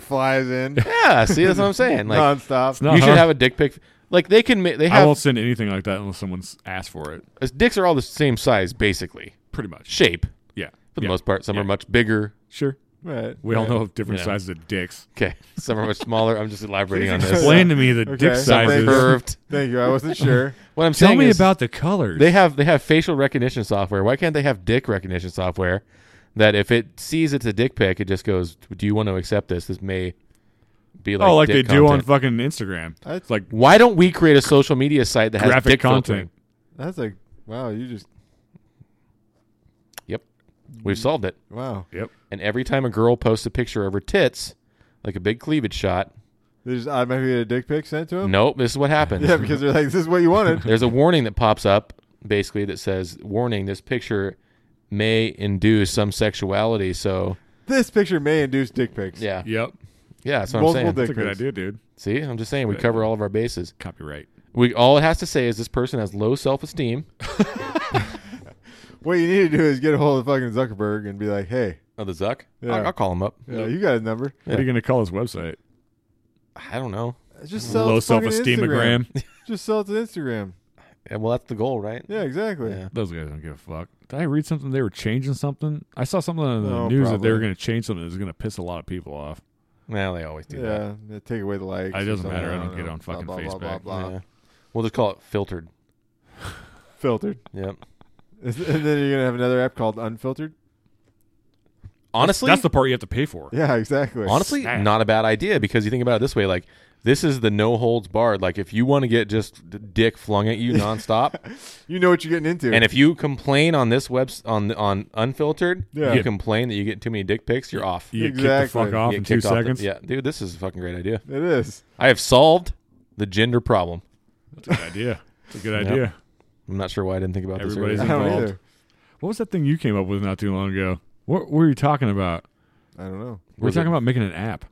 C: flies in
B: Yeah, see, that's what I'm saying. Like,
C: nonstop.
A: It's not
B: you should
A: her.
B: have a dick pic. Like they can make they
A: uh-huh. I
B: have
A: won't send anything like that unless someone's asked for it.
B: dicks are all the same size basically
A: Pretty much.
B: shape
A: Yeah.
B: for the
A: Yeah.
B: most part. Some
A: Yeah.
B: are much bigger.
A: Sure.
C: right.
A: We all know of different
B: Yeah.
A: sizes of dicks.
B: Okay, some are much smaller. I'm just elaborating on this.
A: Explain to me the
C: Okay.
A: dick
B: Some are
A: sizes.
B: curved.
C: Thank you. I wasn't sure.
B: What I'm
A: Tell
B: saying
A: me
B: is
A: about the colors.
B: they have they have facial recognition software. Why can't they have dick recognition software? That if it sees it's a dick pic, it just goes, "Do you want to accept this? This may be like
A: oh, like
B: dick
A: they do on
B: content."
A: fucking Instagram.
C: That's
A: It's like
B: Why don't we create a social media site that has
A: graphic
B: dick filtering?
A: content.
C: that's like wow. You just
B: We've solved it.
C: wow.
B: And every time a girl posts a picture of her tits, like a big cleavage shot,
C: They just automatically get a dick pic sent to them.
B: nope, this is what happens.
C: Yeah, because they're like, this is what you wanted.
B: There's a warning that pops up basically that says, "Warning: This picture may induce some sexuality." So
C: this picture may induce dick pics.
B: yeah,
A: Yep.
B: yeah, that's what
C: Multiple
B: I'm saying.
C: dick
A: That's a good
C: pics.
A: idea, dude.
B: See, I'm just saying we cover all of our bases.
A: Copyright.
B: We all it has to say is this person has low self-esteem.
C: What you need to do is get a hold of fucking Zuckerberg and be like, hey,
B: Oh, the Zuck.
C: Yeah.
B: I'll, I'll call him up.
C: yeah, you got a number.
A: What are you gonna call his website?
B: I don't know.
C: Just sell
A: Low
C: it to fucking Instagram.
A: self-esteemagram.
C: Just sell it to Instagram.
B: Yeah, well, that's the goal, right?
C: Yeah, exactly.
B: Yeah.
A: Those guys don't give a fuck. Did I read something? They were changing something. I saw something on the
C: Oh,
A: news that they were
C: probably.
A: going to change something. that was going to piss a lot of people off.
B: Well, they always do that.
C: Yeah, they take away the likes.
A: It
C: or
A: doesn't
C: something.
A: matter. I don't
C: know.
A: get on fucking
C: blah, blah, Blah,
A: Facebook.
C: blah, blah.
B: Yeah. We'll just call it filtered.
C: Filtered.
B: Yep.
C: And then you're gonna have another app called Unfiltered.
B: honestly,
A: That's the part you have to pay for.
C: Yeah, exactly.
B: honestly
A: Snap.
B: not a bad idea because you think about it this way like this is the no holds barred like if you want to get just d- dick flung at you nonstop
C: you know what you're getting into.
B: and if you complain on this web on on unfiltered
C: Yeah.
B: you complain that you get too many dick pics you're off
A: You get kicked the
C: Exactly.
A: fuck off
B: You get
A: in two
B: kicked off the-
A: seconds.
B: yeah dude this is a fucking great idea
C: it is.
B: i have solved the gender problem
A: That's a good idea. That's a good
B: Yep.
A: idea.
B: i'm not sure why i didn't think about this
A: Everybody's
C: I
B: earlier.
C: don't
A: involved.
C: either.
A: What was that thing you came up with not too long ago? What were you talking about?
C: I don't know.
A: We We're
B: Was it
A: talking about making an app.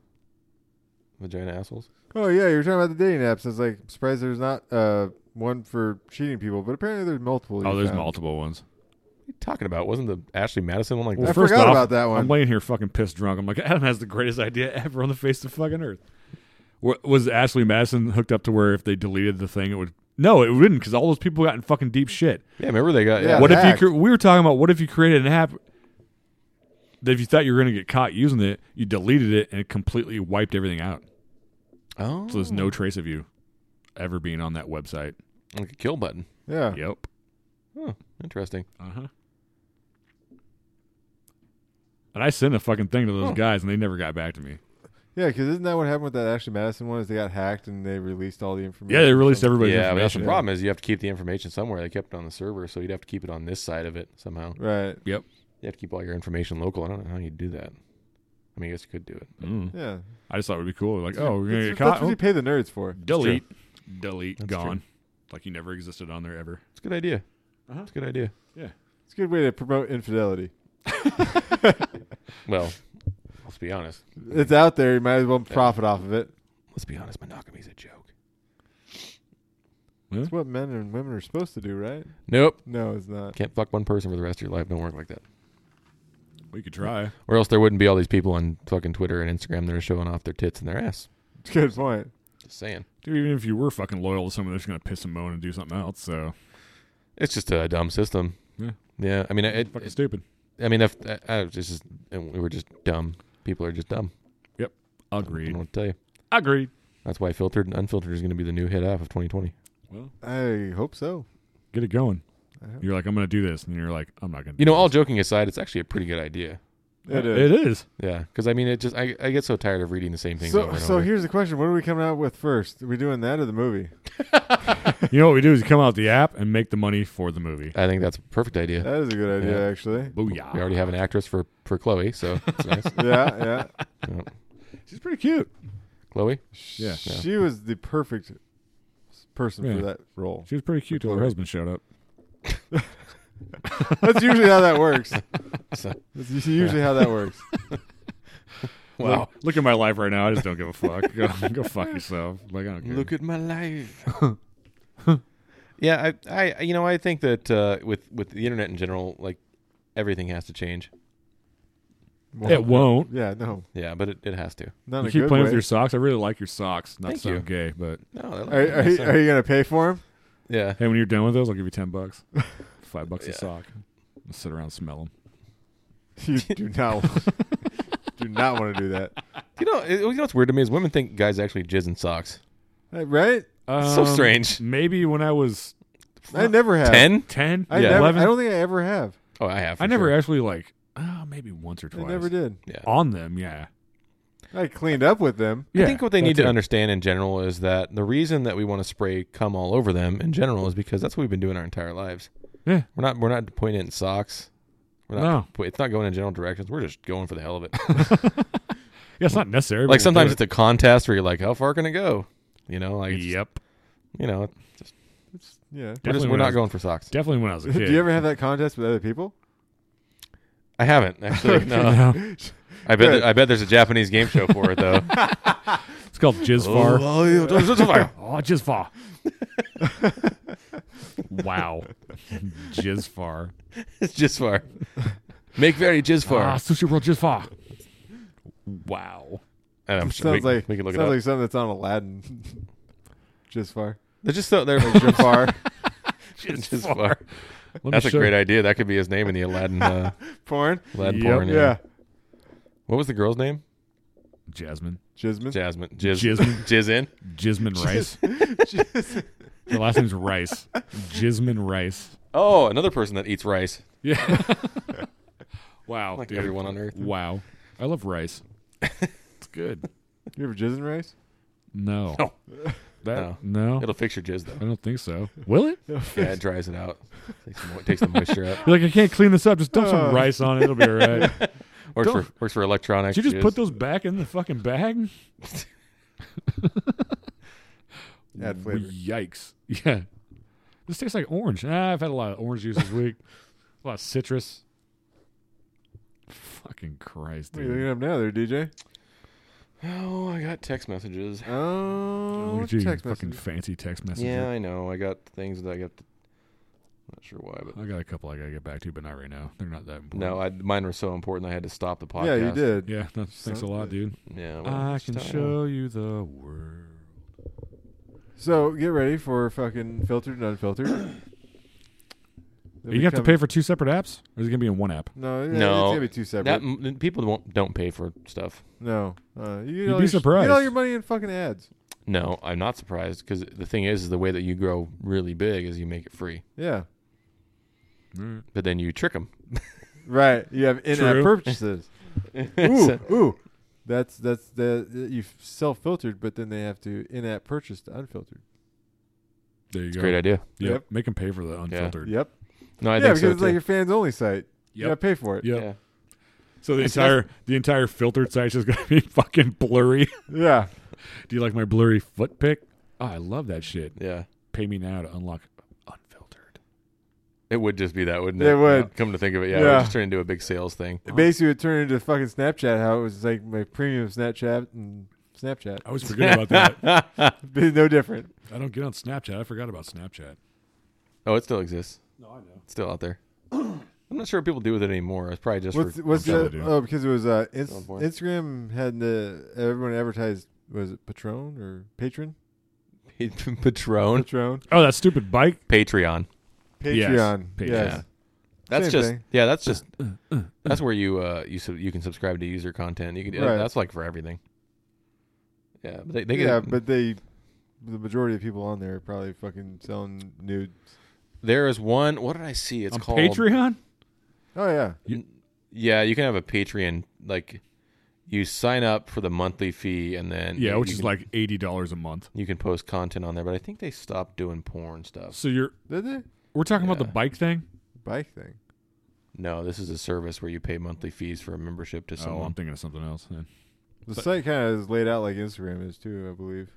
B: vagina assholes
C: Oh yeah, you were talking about the dating apps. I was like surprised there's not uh, one for cheating people, but apparently there's multiple.
A: Oh,
C: you
A: there's
C: found.
A: multiple ones.
B: what are you talking about wasn't the ashley madison one like
A: Well,
C: I
B: that
A: first
C: forgot
A: off,
C: about that one.
A: I'm laying here fucking pissed drunk. I'm like, Adam has the greatest idea ever on the face of fucking earth. Wa- Was Ashley Madison hooked up to where if they deleted the thing, it would? No, it wouldn't because all those people got in fucking deep shit.
B: yeah remember they got
C: Yeah.
B: yeah,
A: What if
C: hacked.
A: you? cre- We were talking about what if you created an app that if you thought you were going to get caught using it, you deleted it and it completely wiped everything out.
B: oh
A: So there's no trace of you ever being on that website.
B: like a kill button
C: yeah.
A: Yep.
B: oh interesting
A: Uh huh. And I sent a fucking thing to those
B: Huh.
A: guys, and they never got back to me.
C: Yeah, because isn't that what happened with that Ashley Madison one? Is they got hacked and they released all the information?
A: Yeah, they released everybody's
B: yeah, but that's the
A: information.
B: problem is you have to keep the information somewhere. They kept it on the server, so you'd have to keep it on this side of it somehow.
C: Right.
B: You have to keep all your information local. I don't know how you'd do that. I mean, I guess you could do it.
A: Mm.
C: Yeah.
A: I just thought it would be cool. Like, oh, we're gonna
C: That's-
A: get caught.
C: That's what you
A: Oh,
C: pay the nerds for.
A: delete, delete,
B: That's
A: gone. Like you never existed on there ever.
B: It's a good idea.
A: Uh-huh.
B: It's a good idea.
C: It's a good way to promote infidelity.
B: Well, let's be honest.
C: It's out there. You might as well profit off of it.
B: Let's be honest. Monogamy's a joke.
C: It's what men and women are supposed to do, right?
B: Nope.
C: No, it's not.
B: Can't fuck one person for the rest of your life. Don't work like that.
A: We could try.
B: Or else there wouldn't be all these people on fucking Twitter and Instagram that are showing off their tits and their ass.
C: Good point.
B: Just saying.
A: Dude, even if you were fucking loyal to someone, they're just gonna piss and moan and do something else. So
B: It's just a dumb system.
A: Yeah.
B: Yeah. I mean, it,
A: fucking
B: it-
A: stupid.
B: I mean, if I, I was just and we were just dumb. People are just dumb. I don't know
A: Agreed.
B: what to tell you.
A: Agreed.
B: That's why filtered and unfiltered is going to be the new hit app of 2020.
A: Well,
C: I hope so.
A: get it going.
C: I hope-
A: You're like, I'm gonna do this, and you're like, I'm not gonna.
B: You know, all
A: all
B: joking aside, it's actually a pretty good idea.
C: It is.
A: It is.
B: Yeah, because I mean, it just I, I get so tired of reading the same things over
C: So,
B: and
C: so
B: over.
C: here's the question: What are we coming out with first? Are we doing that or the movie?
A: You know what we do is come out the app and make the money for the movie.
B: I think that's a perfect idea.
C: That is a good idea,
B: Yeah.
C: actually.
A: Booyah.
B: We already have an actress for for Chloe, so it's nice.
C: Yeah, yeah.
B: Yeah.
A: She's pretty cute.
B: Chloe,
A: Yeah.
C: She was the perfect s- person
A: Yeah.
C: for that role.
A: She was pretty cute till her husband showed up.
C: That's usually how that works. That's usually how that works.
B: wow,
A: Look, look at my life right now. I just don't give a fuck. go, go fuck yourself. Like I don't care.
B: look at my life. yeah, I, I you know I think that uh, with with the internet in general, like everything has to change.
A: it won't.
C: Yeah, no,
B: Yeah, but it, it has to.
C: not
A: You
C: a
A: keep
C: good
A: playing
C: way.
A: with your socks. I really like your socks. Not
B: Thank
A: so
B: you.
A: gay, but
B: No, I like
C: Are,
B: it.
C: are, you, are you gonna pay for him?
B: yeah.
A: hey, when you're done with those, I'll give you ten bucks, five bucks
B: Yeah.
A: a sock. I'll sit around and smell them.
C: You do not, want- do not want to do that,
B: You know, it, you know what's weird to me is women think guys actually jizz in socks.
C: Uh, right?
B: So strange.
A: Um, Maybe when I was
C: I never have.
B: Ten?
A: 10,
C: I,
B: Yeah.
C: never, I
A: 11,
C: don't think I ever have.
B: Oh, I have. for
A: I never
B: sure.
A: actually like uh, maybe once or
C: I
A: twice
C: never did.
B: Yeah.
A: on them. Yeah,
C: I cleaned up with them.
A: yeah.
B: I think what they need
A: that's
B: to
A: it.
B: understand in general is that the reason that we want to spray cum all over them in general is because that's what we've been doing our entire lives.
A: Yeah.
B: We're not we're not pointing it in socks. We're not
A: No.
B: po- it's not going in general directions. We're just going for the hell of it.
A: Yeah, it's not necessary. but we'll
B: like
A: do
B: sometimes
A: it.
B: it's a contest where you're like, how far can it go? You know, like it's-
A: yep.
B: you know,
C: Yeah.
B: we're, just,
A: Definitely
B: we're
A: when I
B: not
A: was-
B: going for socks.
A: Definitely when I was a
C: Do
A: kid.
C: you ever have that contest with other people?
B: I haven't actually. No.
A: No.
B: I bet there- I bet there's a Japanese game show for it though.
A: It's called Jizzfar.
B: Far.
A: Oh, Jizzfar. wow. Jizzfar.
B: it's just far. Make very jizz far.
A: Ah, Sushi World Jizzfar. Wow.
B: And I'm sure we,
C: sounds like
B: we can look it
C: sounds
B: up.
C: like something that's on Aladdin. Just far.
B: they're just so they're
C: Jafar.
B: just far.
A: Let me
B: That's a
A: show
B: great
A: you.
B: idea. That could be his name in the Aladdin uh,
C: Porn.
B: Aladdin
A: Yep.
B: porn.
C: Yeah.
B: Yeah. What was the girl's name?
A: Jasmine.
C: Jasmine.
B: Jasmine. Jizz.
A: Jasmine.
B: Jizzin.
A: Jasmine Rice. Her last name's Rice. Jasmine Rice.
B: Oh, another person that eats rice.
A: Yeah. Wow,
B: like
A: dude.
B: everyone on earth.
A: Wow, I love rice. it's good.
C: You ever jizzing rice?
A: No,
B: No.
A: that no.
B: It'll fix your jizz though.
A: I don't think so. Will it?
B: Yeah, it dries it out. Takes, the mo- takes the moisture out.
A: You're like, I can't clean this up. Just dump
C: Uh.
A: some rice on it. It'll be all right.
B: Works
A: Don't-
B: for works for electronics.
A: Did you just
B: jizz.
A: put those back in the fucking bag?
C: Add flavor.
A: Yikes. Yeah. This tastes like orange. Ah, I've had a lot of orange juice this week. a lot of citrus. Fucking Christ,
C: What are you looking
A: dude.
C: up now, there, DJ?
B: Oh, I got text messages.
C: Oh,
A: Look at you,
C: text
A: you fucking
C: message.
A: fancy text message.
B: Yeah, I know. I got things that I got. not sure why, but
A: I got a couple I gotta get back to, but not right now. They're not that important.
B: no, I, mine were so important I had to stop the podcast.
C: yeah, you did.
A: Yeah, no, thanks a lot, dude.
B: Yeah, well,
A: I
B: it's
A: can
B: time.
A: show you the world.
C: So get ready for fucking filtered and unfiltered.
A: Are you gonna have to pay for two separate apps? Or is it gonna be in one app?
C: No, it-
B: No.
C: it's gonna be two separate.
B: That, m- people won't don't pay for stuff.
C: no,
A: You'd
C: uh, you get all
A: be
C: your, You
A: surprised.
C: get all your money in fucking ads.
B: No, I'm not surprised because the thing is, is the way that you grow really big is you make it free,
C: Yeah,
A: Mm.
B: but then you trick them.
C: right. You have in-app
A: True.
C: purchases. ooh, ooh, that's that's the you self-filtered, but then they have to in-app purchase to unfiltered.
A: There you
B: it's a
A: go.
B: great idea.
A: Yep.
C: Yep.
A: Make them pay for the unfiltered.
C: Yep.
B: No, I
C: yeah,
B: think
C: because
B: so
C: it's like
B: too.
C: your fans only site. You gotta
A: Yep.
C: pay for it.
A: Yep.
B: Yeah.
A: So the
B: It's-
A: entire the entire filtered site's just gonna be fucking blurry.
C: Yeah.
A: Uh-huh. Do you like my blurry foot pic? Oh, I love that shit.
B: Yeah.
A: Pay me now to unlock unfiltered.
B: It would just be that, wouldn't it?
C: It would.
B: Come to think of it, yeah, it would
C: Yeah.
B: just turn into a big sales thing.
C: It basically would turn into fucking Snapchat. How it was like my premium Snapchat and Snapchat.
A: I always forget about that.
C: Been no different.
A: I don't get on Snapchat. I forgot about Snapchat.
B: Oh, it still exists.
A: No, I know.
B: It's still out there. I'm not sure what people do with it anymore. It's probably just
C: What's
B: for
C: what's
A: sure
C: the
A: they do.
C: oh because it was uh Inst-
B: Sounds boring.
C: Instagram had the everyone advertised was it Patron or Patron
B: Patron
C: Patron
A: Oh, that stupid bike.
B: Patreon.
A: Yes.
C: Patreon yes,
A: Patreon.
B: That's
C: Same
B: just
C: thing.
B: yeah. That's just that's where you uh you sub, you can subscribe to user content. You can
C: Right.
B: that's like for everything. Yeah, but they, they get
C: yeah but they the majority of people on there are probably fucking selling nudes
B: there is one. What did I see? It's
A: on
B: called
A: Patreon.
C: oh yeah
B: Yeah, you can have a Patreon like you sign up for the monthly fee and then
A: Yeah,
B: you-
A: which
B: you
A: is
B: can-
A: like eighty dollars a month.
B: you can post content on there. But I think they stopped doing porn stuff.
A: So you're
C: did they
A: we're talking about
B: Oh. Yeah.
A: the bike thing.
C: bike thing
B: No, this is a service where you pay monthly fees for a membership to
A: oh, I'm
B: someone.
A: thinking of something else. Then.
C: the
A: But-
C: site kind of is laid out like Instagram is too I believe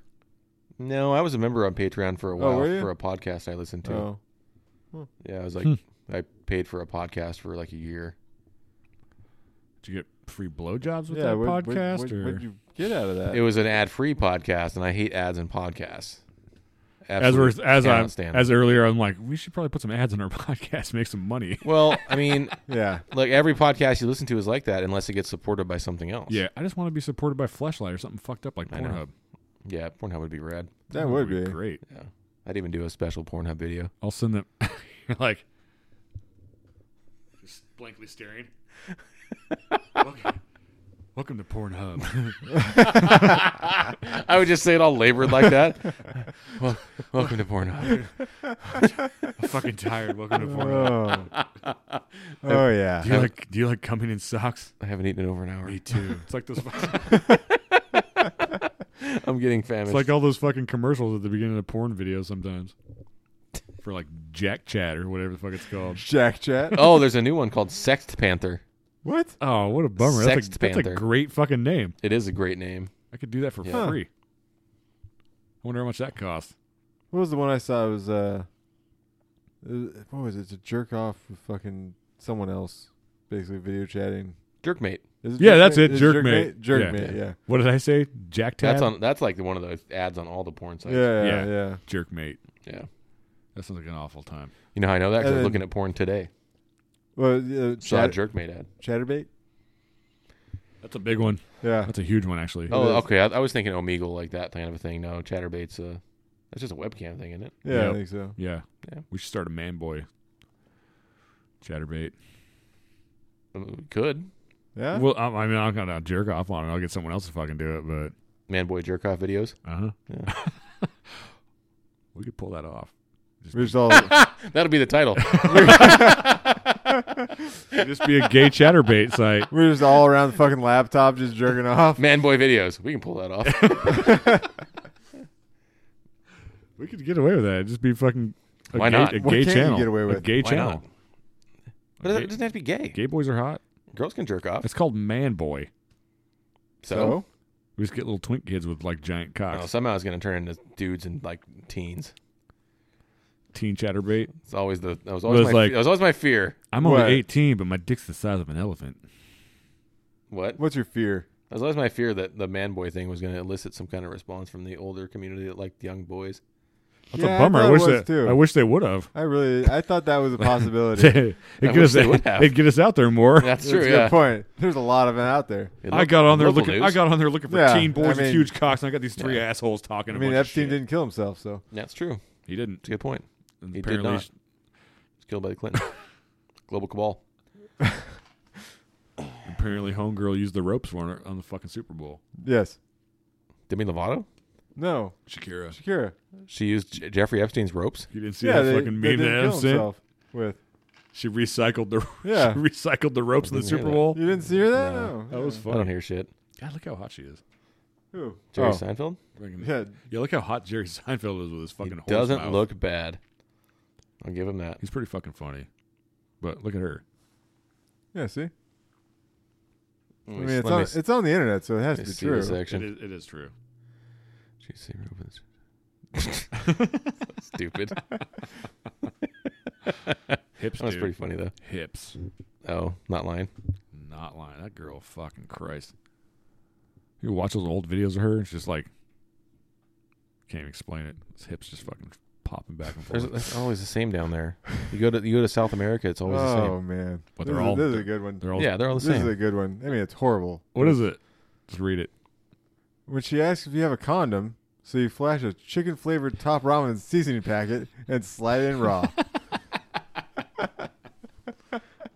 B: No, I was a member on Patreon for a while
C: Oh, were you?
B: for a podcast I listened to.
C: oh
B: Yeah, I was like
A: Hmm.
B: I paid for a podcast for like a year.
A: Did you get free blowjobs with
C: yeah
A: that
C: what, what-
A: podcast?
C: what,
A: or
C: what'd you get out of that
B: It was an ad-free podcast, and I hate ads in podcasts.
A: as we're
B: Absolutely
A: as
B: cannot
A: I'm
B: stand
A: as earlier, I'm like, we should probably put some ads in our podcast, make some money.
B: them. well, I mean,
C: yeah
B: like every podcast you listen to is like that, unless it gets supported by something else.
A: Yeah, I just want to be supported by Fleshlight or something fucked up like
B: I know.
A: Pornhub.
B: yeah, Pornhub would be rad.
C: that would be
A: great.
B: Yeah, I'd even do a special Pornhub video.
A: I'll send them. you're like, just blankly staring. welcome, welcome to Pornhub.
B: I would just say it all labored like that. well, welcome to Pornhub.
A: I'm fucking tired. Welcome to Pornhub.
C: oh oh
A: Do
C: yeah
A: you like? Do you like coming in socks?
B: I haven't eaten in over an hour.
A: Me too. It's like those.
B: I'm getting famished.
A: It's like all those fucking commercials at the beginning of porn videos sometimes, for like Jack Chat or whatever the fuck it's called.
C: Jack Chat
B: oh, there's a new one called Sext Panther.
C: what
A: Oh, what a bummer! That's
B: Sext
A: a, that's a
B: Panther.
A: great fucking name.
B: It is a great name.
A: I could do that for
B: Yeah. Huh.
A: free. I wonder how much that costs.
C: What was the one I saw? It was uh, it was- what was it? To jerk off with fucking someone else, basically video chatting.
B: Jerkmate.
C: Is
A: Yeah, that's it,
C: Jerkmate.
A: Jerkmate.
C: Jerkmate. Yeah.
A: What did I say? Jack Tab?
B: That's on. That's like one of those ads on all the porn
C: Yeah.
B: sites.
C: Yeah.
A: Yeah.
C: Yeah.
A: Jerkmate.
B: Yeah.
A: That sounds like an awful time.
B: You know how I know that? Because I was
C: And then-
B: looking at porn today.
C: Well, uh,
B: Saw a
C: chat,
B: Jerkmate ad.
C: chatterbait.
A: That's a big one.
C: Yeah.
A: That's a huge one, actually.
B: Oh,
C: is.
B: okay. I, I was thinking Omegle, like that kind of a thing. No, Chatterbait's a. That's just a webcam thing, isn't it?
C: Yeah.
A: Yep.
C: I think so.
A: Yeah.
B: Yeah.
A: We should start a man boy chatterbait.
B: Um, Could
C: Yeah.
A: Well, I, I mean, I'm going to jerk off on it. I'll get someone else to fucking do it,
B: man boy jerk off videos?
A: but uh-huh.
B: Yeah.
A: we could pull that off.
C: we just all
B: That'll be the title.
A: Just be a gay chatterbait site.
C: We're just all around the fucking laptop, just jerking off.
B: Man boy videos. We can pull that off.
A: We could get away with that. Just be fucking. A
B: Why
A: gay,
B: not?
A: A
C: What
A: gay
C: can't you
A: channel.
C: get away
A: A
C: with?
A: gay
B: Why
A: channel.
B: not? But
A: Okay.
B: it doesn't have to be gay.
A: Gay boys are hot.
B: Girls can jerk off.
A: It's called man boy.
B: So,
A: We just get little twink kids with like giant
B: I don't know,
A: cocks.
B: somehow it's gonna turn into dudes and like teens.
A: Teen chatterbait.
B: It's always the that was
A: But
B: always
A: it's
B: my
A: like-
B: that was always my fear.
A: I'm only
C: What?
A: 18, but my dick's the size of an elephant.
B: What?
C: what's your fear?
B: That was always my fear that the man boy thing was gonna elicit some kind of response from the older community that liked young boys.
A: That's
C: Yeah, I
A: a bummer. I,
C: thought it
A: wish
C: was
A: that.
C: too.
A: I wish they would have.
C: I really, I thought that was a possibility. That's
A: it get
B: wish
A: us.
B: they would have.
A: It'd get us out there more.
B: That's
C: a
B: true.
C: good
B: Yeah.
C: point. There's a lot of it out there.
B: It
A: I
B: looked-
A: got on there
B: local
A: looking. I
B: news.
A: got on there looking for
C: Yeah,
A: teen boys
C: I
A: with
C: mean-
A: huge cocks, and I got these three assholes talking.
C: I
A: a
C: mean,
A: bunch of
C: Epstein
A: shit.
C: didn't kill himself, so
B: That's true.
A: He didn't.
B: It's a good point.
A: And
B: He did
A: apparently,
B: not.
A: sh-
B: He was killed by the Clinton global cabal.
A: apparently, homegirl used the ropes for her on the fucking Super Bowl.
C: yes.
B: Demi Lovato.
C: No,
A: Shakira.
C: Shakira.
B: She used J- Jeffrey Epstein's ropes.
A: You didn't see
C: yeah,
A: that
C: they,
A: fucking
C: they
A: meme
C: didn't
A: that
C: kill
A: Adam sent.
C: himself with.
A: She recycled the.
C: Yeah.
A: she recycled the ropes in the
B: didn't hear
A: Super
B: that.
A: Bowl.
C: You didn't see her that?
B: No,
C: No,
A: That was
B: I don't
A: funny.
B: hear shit.
A: God, look how hot she is.
C: Who?
B: Jerry
C: Oh,
B: Seinfeld.
A: Fucking-
C: yeah.
A: Yeah, look how hot Jerry Seinfeld is with his
B: He
A: fucking. horse
B: doesn't
A: mouth.
B: look bad. I'll give him that.
A: He's pretty fucking funny. But look at her.
C: Yeah. See,
B: Let
C: I
B: me
C: mean,
B: s-
C: it's
B: let me
C: on,
B: s-
C: it's on the internet, so it has
B: let
C: to
B: me
C: be
B: see this
C: true.
A: It
B: action.
A: is, it is true.
B: JC Rubens. Stupid. That
A: Hips,
B: was
A: dude.
B: pretty funny though.
A: Hips.
B: Oh, not lying.
A: Not lying. That girl, fucking Christ. You watch those old videos of her, it's just like can't even explain it. His hips just fucking popping back and
B: There's,
A: forth.
B: that's always the same down there. You go to you go to South America, it's always the same.
C: Oh man,
A: But
C: this,
A: they're
C: is,
A: all-
C: this is a good one.
A: They're all,
B: Yeah, they're all the
C: Oh. This
B: same.
C: is a good one. I mean, it's horrible.
A: What is it? Just read it.
C: When she asks if you have a condom, so you flash a chicken flavored top ramen seasoning packet and slide it in raw.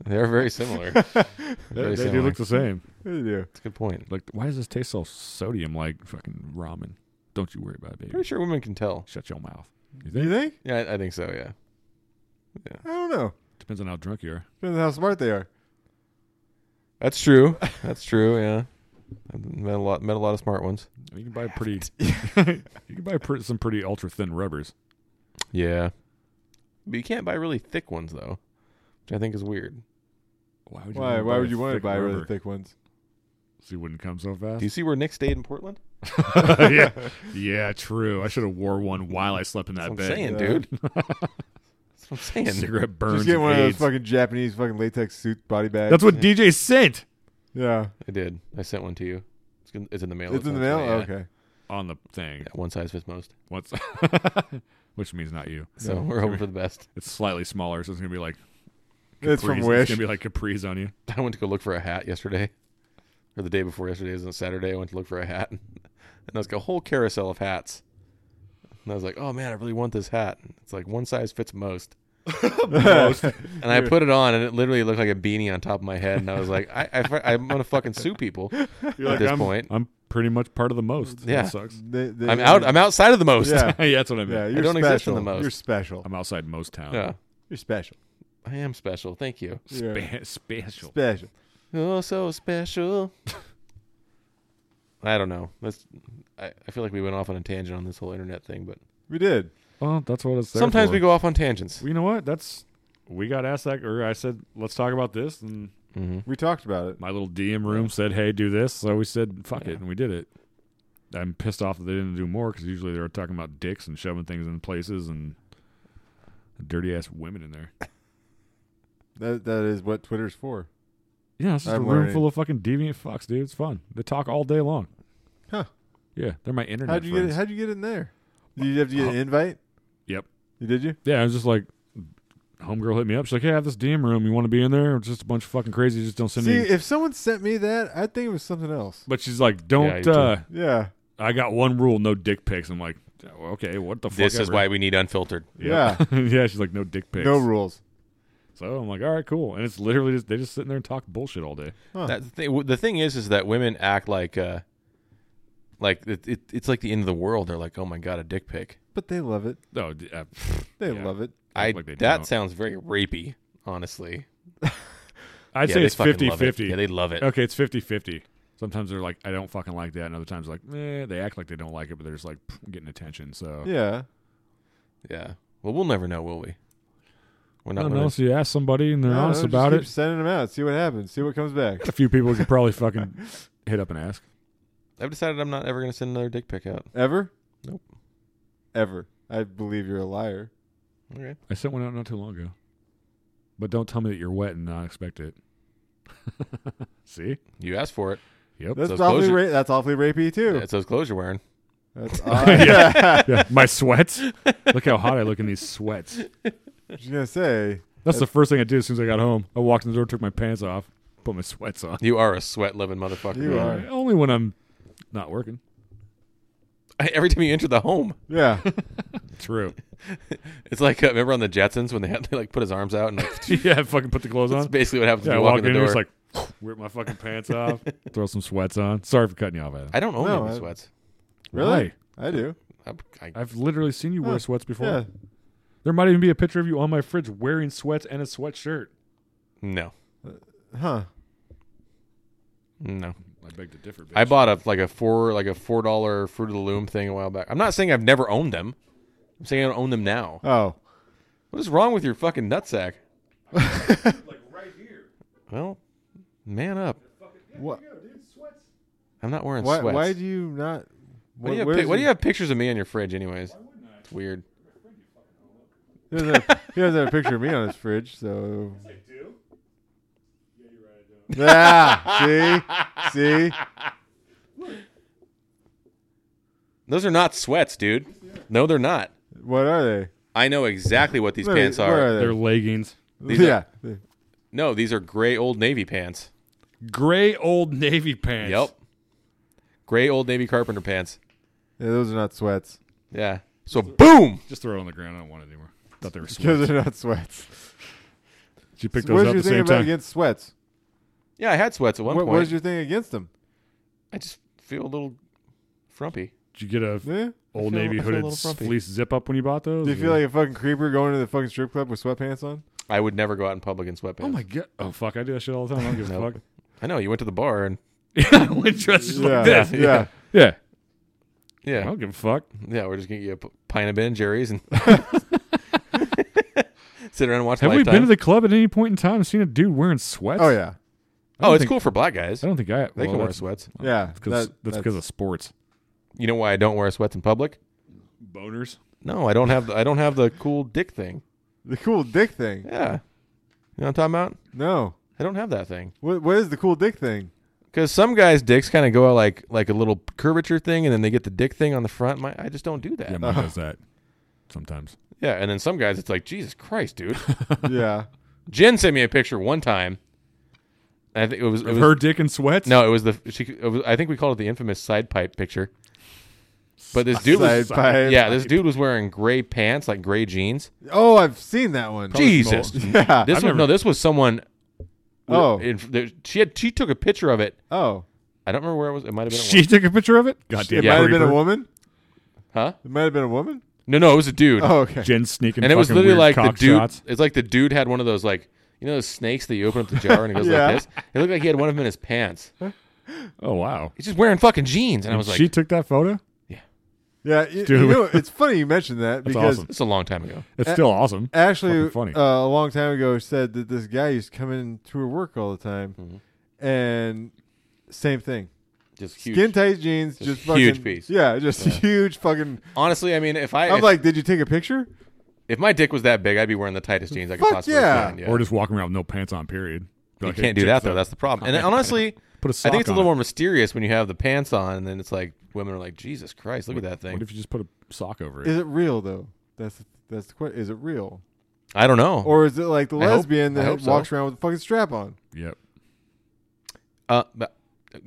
B: They're very similar. They're
A: They, they do
B: very similar.
A: look the same.
C: There you do.
B: That's a good point.
A: Like, why does this taste so sodium like fucking ramen? Don't you worry about it, baby.
B: Pretty sure women can tell.
A: Shut your mouth. You
C: You
A: think?
C: think?
B: Yeah, I, I think so. Yeah.
C: I don't know.
A: Depends on how drunk you are.
C: Depends on how smart they are.
B: That's true. That's true. Yeah. I've met a lot met a lot of smart ones.
A: I mean, You can buy pretty. you can buy pretty, some pretty ultra thin rubbers.
B: Yeah. But you can't buy really thick ones though, which I think is weird.
A: Why would
C: Why?
A: wanna
C: Why
A: buy
C: would
A: a
C: you want to
A: thick
C: buy really
A: rubber?
C: thick ones?
A: So you wouldn't come so fast.
B: Do you see where Nick stayed in Portland?
A: yeah, yeah, true. I should have wore one while I slept in
B: That's
A: that
B: what I'm
A: bed.
B: saying,
C: Yeah.
B: dude. That's what I'm saying.
A: Cigarette burns.
C: Just get
A: and
C: one
A: AIDS.
C: of those fucking Japanese fucking latex suit body bags.
A: That's what DJ sent
C: yeah.
B: I did. I sent one to you. It's, gonna, it's in the mail.
C: It's in the
B: not
C: mail.
B: today, yeah.
C: Okay.
A: on the thing.
B: Yeah, one size fits most.
A: What's which means not you.
B: So
C: No.
B: we're hoping for the best.
A: It's slightly smaller, so it's gonna be like
C: It's from
A: capris.
C: Wish.
A: It's gonna be like capris on you.
B: I went to go look for a hat yesterday, or the day before yesterday. It was on Saturday. I went to look for a hat, and there was like a whole carousel of hats. And I was like, "Oh man, I really want this hat." And it's like one size fits most. And I put it on, and it literally looked like a beanie on top of my head. And I was like, I, I, am gonna fucking sue people
A: You're
B: at this
A: I'm,
B: point.
A: I'm pretty much part of the most.
B: Yeah.
A: that sucks.
C: They- they-
B: I'm out. I'm outside of the most.
C: Yeah.
A: yeah, that's what I mean.
C: Yeah. You're
B: don't
C: special.
B: exist in the most.
C: You're special.
A: I'm outside most town.
B: Yeah.
C: You're special.
B: I am special. Thank you.
C: Yeah.
A: Spa- special.
C: Special.
B: Oh, so special. I don't know. That's. I, I feel like we went off on a tangent on this whole internet thing, but
C: We did.
A: Well, Oh, that's what it's. there
B: sometimes
A: for.
B: we go off on tangents.
A: You know what? That's we got asked that, or I said, let's talk about this, and
B: Mm-hmm.
C: We talked about it.
A: my little DM room said, "Hey, do this." So we said, "Fuck
B: Yeah.
A: it," and we did it. I'm pissed off that they didn't do more because usually they're talking about dicks and shoving things in places and dirty ass women in there.
C: That that is what Twitter's for.
A: Yeah, it's just
C: I'm
A: a room
C: learning.
A: full of fucking deviant fucks, dude. It's fun. They talk all day long.
C: Huh.
A: Yeah, they're my internet
C: How'd you get
A: friends.
C: it? How'd you get in there? Did you have to get an invite?
A: Yep.
C: You did you?
A: yeah, I was just like, homegirl hit me up. She's like, "Hey, I have this DM room. You want to be in there?" It's just a bunch of fucking crazy. Just don't send
C: See,
A: me.
C: if someone sent me that, I'd think it was something else.
A: But she's like, "Don't."
B: you too.
A: uh
C: Yeah.
A: I got one rule: no dick pics. I'm like, "Oh, okay, what the fuck?
B: This is
A: ever.
B: why we need unfiltered.
A: Yep. yeah. She's like, no dick pics.
C: No rules.
A: So I'm like, all right, cool. And it's literally just they just sitting there and talk bullshit all day.
C: Huh.
B: That's the, thing, the thing is, is that women act like, uh, like it, it, it's like the end of the world. They're like, oh my god, a dick pic.
C: But they love it.
A: No, d- uh,
C: They
A: Yeah.
C: love it.
A: Act
B: I
A: like they
B: that
A: don't.
B: sounds very rapey, honestly.
A: I'd
B: Yeah,
A: say
B: they
A: it's
B: fucking
A: 50
B: love it.
A: 50.
B: Yeah, they love it.
A: okay, it's 50 50. Sometimes they're like, I don't fucking like that. And other times, like, eh, they act like they don't like it, but they're just like "Pff, I'm getting attention. So,
C: Yeah.
B: Yeah. Well, we'll never know, will we? We're
A: I
B: not.
A: don't
B: gonna-
A: know. So you ask somebody and they're
C: I don't
A: honest
C: know,
A: about
C: just
A: it.
C: keep Sending them out. See what happens. See what comes back.
A: A few people could probably fucking hit up and ask.
B: I've decided I'm not ever going to send another dick pic out.
C: Ever?
B: Nope.
C: Ever. I believe you're a liar.
B: Okay.
A: I sent one out not too long ago. But don't tell me that you're wet and not expect it. See?
B: You asked for it.
A: Yep.
C: That's
B: So
C: awfully
B: closure-
C: ra- that's awfully rapey too.
B: That's those clothes you're wearing.
C: That's
A: Yeah.
C: odd.
A: Yeah, my sweats. Look how hot I look in these sweats.
C: I was gonna say
A: That's the first thing I did as soon as I got home. I walked in the door, took my pants off, put my sweats on.
B: You are a sweat loving motherfucker.
C: You are.
A: Only when I'm not working.
B: Every time you enter the home,
C: yeah.
A: True.
B: it's like uh, remember on the Jetsons when they had they like put his arms out and like,
A: yeah, fucking put the clothes
B: that's
A: on.
B: basically what happens
A: Yeah, I
B: when you walk
A: walk
B: in
A: in
B: the
A: and
B: door.
A: it's like, rip my fucking pants off, throw some sweats on. Sorry for cutting you off, Adam.
B: I don't own
C: No,
B: any
C: I-
B: sweats.
C: Really? I do.
B: I, I,
A: I've literally seen you
C: Huh.
A: wear sweats before.
C: Yeah.
A: There might even be a picture of you on my fridge wearing sweats and a sweatshirt.
B: no,
C: Huh.
B: no.
A: I beg to differ. Bitch.
B: I bought a like a four like a four dollar Fruit of the Loom thing a while back. I'm not saying I've never owned them. I'm saying I don't own them now.
C: Oh.
B: What is wrong with your fucking nutsack?
A: like right here.
B: Well, man up.
C: What?
B: I'm not wearing
C: Why?
B: sweats.
C: Why do you not?
B: Why do you, have,
C: where
B: pic-
C: is
B: why do
C: it-
B: you have pictures of me on your fridge, anyways? It's weird.
C: He doesn't, have, he doesn't have a picture of me on his fridge, so. Yeah, see, see,
B: Those are not sweats, dude. No, they're not.
C: what are they?
B: I know exactly what these
C: Where-
B: pants
C: where
B: are.
C: are
A: They're leggings.
B: These
C: yeah,
B: No, these are gray old navy pants.
A: Gray old navy pants.
B: Yep. Gray old navy carpenter pants.
C: Yeah, those are not sweats.
B: Yeah. So boom.
A: Just throw it on the ground. I don't want it anymore. Thought they were sweats.
C: Because they're not sweats.
A: Did you pick
C: what
A: those up
C: was your
A: at the
C: thing
A: same
C: about
A: time?
C: against sweats?
B: Yeah, I had sweats at one
C: What
B: point.
C: was your thing against them?
B: I just feel a little frumpy.
A: Did you get a
C: Yeah.
A: old
B: feel-
A: navy
B: I feel a
A: hooded
B: little frumpy.
A: fleece zip up when you bought those?
C: Do you feel like a fucking creeper going to the fucking strip club with sweatpants on?
B: I would never go out in public in sweatpants.
A: Oh my god! Oh fuck! I do that shit all the time. I don't give a
B: Nope.
A: fuck.
B: I know you went to the bar and
A: Yeah, I went dressed just
C: yeah,
A: like this.
C: yeah.
B: Yeah.
A: Yeah, I
B: yeah,
A: don't give a fuck.
B: yeah. We're just gonna get you a p- pint of Ben and Jerry's and sit around and watch.
A: Have we
B: Lifetime.
A: been to the club at any point in time and seen a dude wearing sweats?
C: Oh yeah,
A: I don't
B: Oh, it's
A: think-
B: cool for black guys.
A: I don't think I.
B: They
A: well,
B: can wear
A: that's-
B: sweats.
C: yeah.
A: Cause,
C: that-
A: that's because of sports.
B: You know why I don't wear sweats in public?
A: Boners.
B: No, I don't have. I don't have the cool dick thing.
C: the cool dick thing.
B: Yeah, you know what I'm talking about?
C: No,
B: I don't have that thing
C: what what is the cool dick thing?
B: because some guys' dicks kind of go out like like a little curvature thing, and then they get the dick thing on the front. My, I just don't do that.
A: Yeah, mine does that sometimes.
B: Yeah, and then some guys, it's like Jesus Christ, dude.
C: yeah,
B: Jen sent me a picture one time. and I think it was, it was
A: Her dick and sweats.
B: No, it was the she. It was, I think we called it the infamous side pipe picture. But this dude
C: side
B: was
C: pipe.
B: yeah, this dude was wearing gray pants, like gray jeans.
C: Oh, I've seen that one.
A: Probably
B: Jesus.
A: small.
C: Yeah.
B: This
A: I've
B: was
A: never-
B: no, this was someone.
C: Oh.
B: in, there, she had she took a picture of it.
C: oh,
B: I don't remember where it was. It might have been. at
A: She took a picture of it. Goddamn.
C: it might have been a
A: creeper.
C: woman.
B: one- huh?
C: It might have been a woman.
B: No, no, it was a dude,
C: Oh, okay.
A: Jen sneaking.
B: and it was
A: fucking
B: literally
A: weird
B: like the
A: cock
B: dude.
A: shots.
B: It's like the dude had one of those like you know those snakes that you open up the jar and it goes
C: Yeah.
B: like this. It looked like he had one of them in his pants.
A: Oh wow.
B: He's just wearing fucking jeans, and I was like,
A: she took that photo.
C: Yeah, you,
A: Dude.
C: you know, it's funny you mentioned that
A: That's
C: because
A: awesome.
B: "It's a long time ago."
A: It's still awesome.
B: eh,
C: Ashley,
A: Fucking funny.
C: Uh, a long time ago, said that this guy used to come in to her work all the time,
B: Mhm.
C: and same thing,
B: Just huge.
C: skin tight jeans,
B: Just
C: just,
B: huge
C: fucking,
B: piece.
C: yeah, just
B: Yeah.
C: huge fucking.
B: Honestly, I mean, if I
C: I'm
B: if-
C: like, did you take a picture?
B: If my dick was that big, I'd be wearing the tightest jeans I could
C: Fuck
B: possibly
C: yeah.
B: find. Yeah.
A: Or just walking around with no pants on. Period. Be
B: you
A: like, hey,
B: can't do
A: check
B: that
A: this
B: though.
A: out.
B: That's the problem. And then, honestly,
A: Put a
B: I
A: sock
B: think it's a
A: on
B: little
A: it.
B: more mysterious when you have the pants on, and then it's like women are like, "Jesus Christ, look at that
A: What
B: thing."
A: if you just put a sock over it?
C: Is it real though? That's the, that's the question. Is it real,
B: I don't know.
C: or is it like the
B: I hope-
C: lesbian
B: I
C: that
B: hope so.
C: walks around with a fucking strap on?
A: yep.
B: uh, but,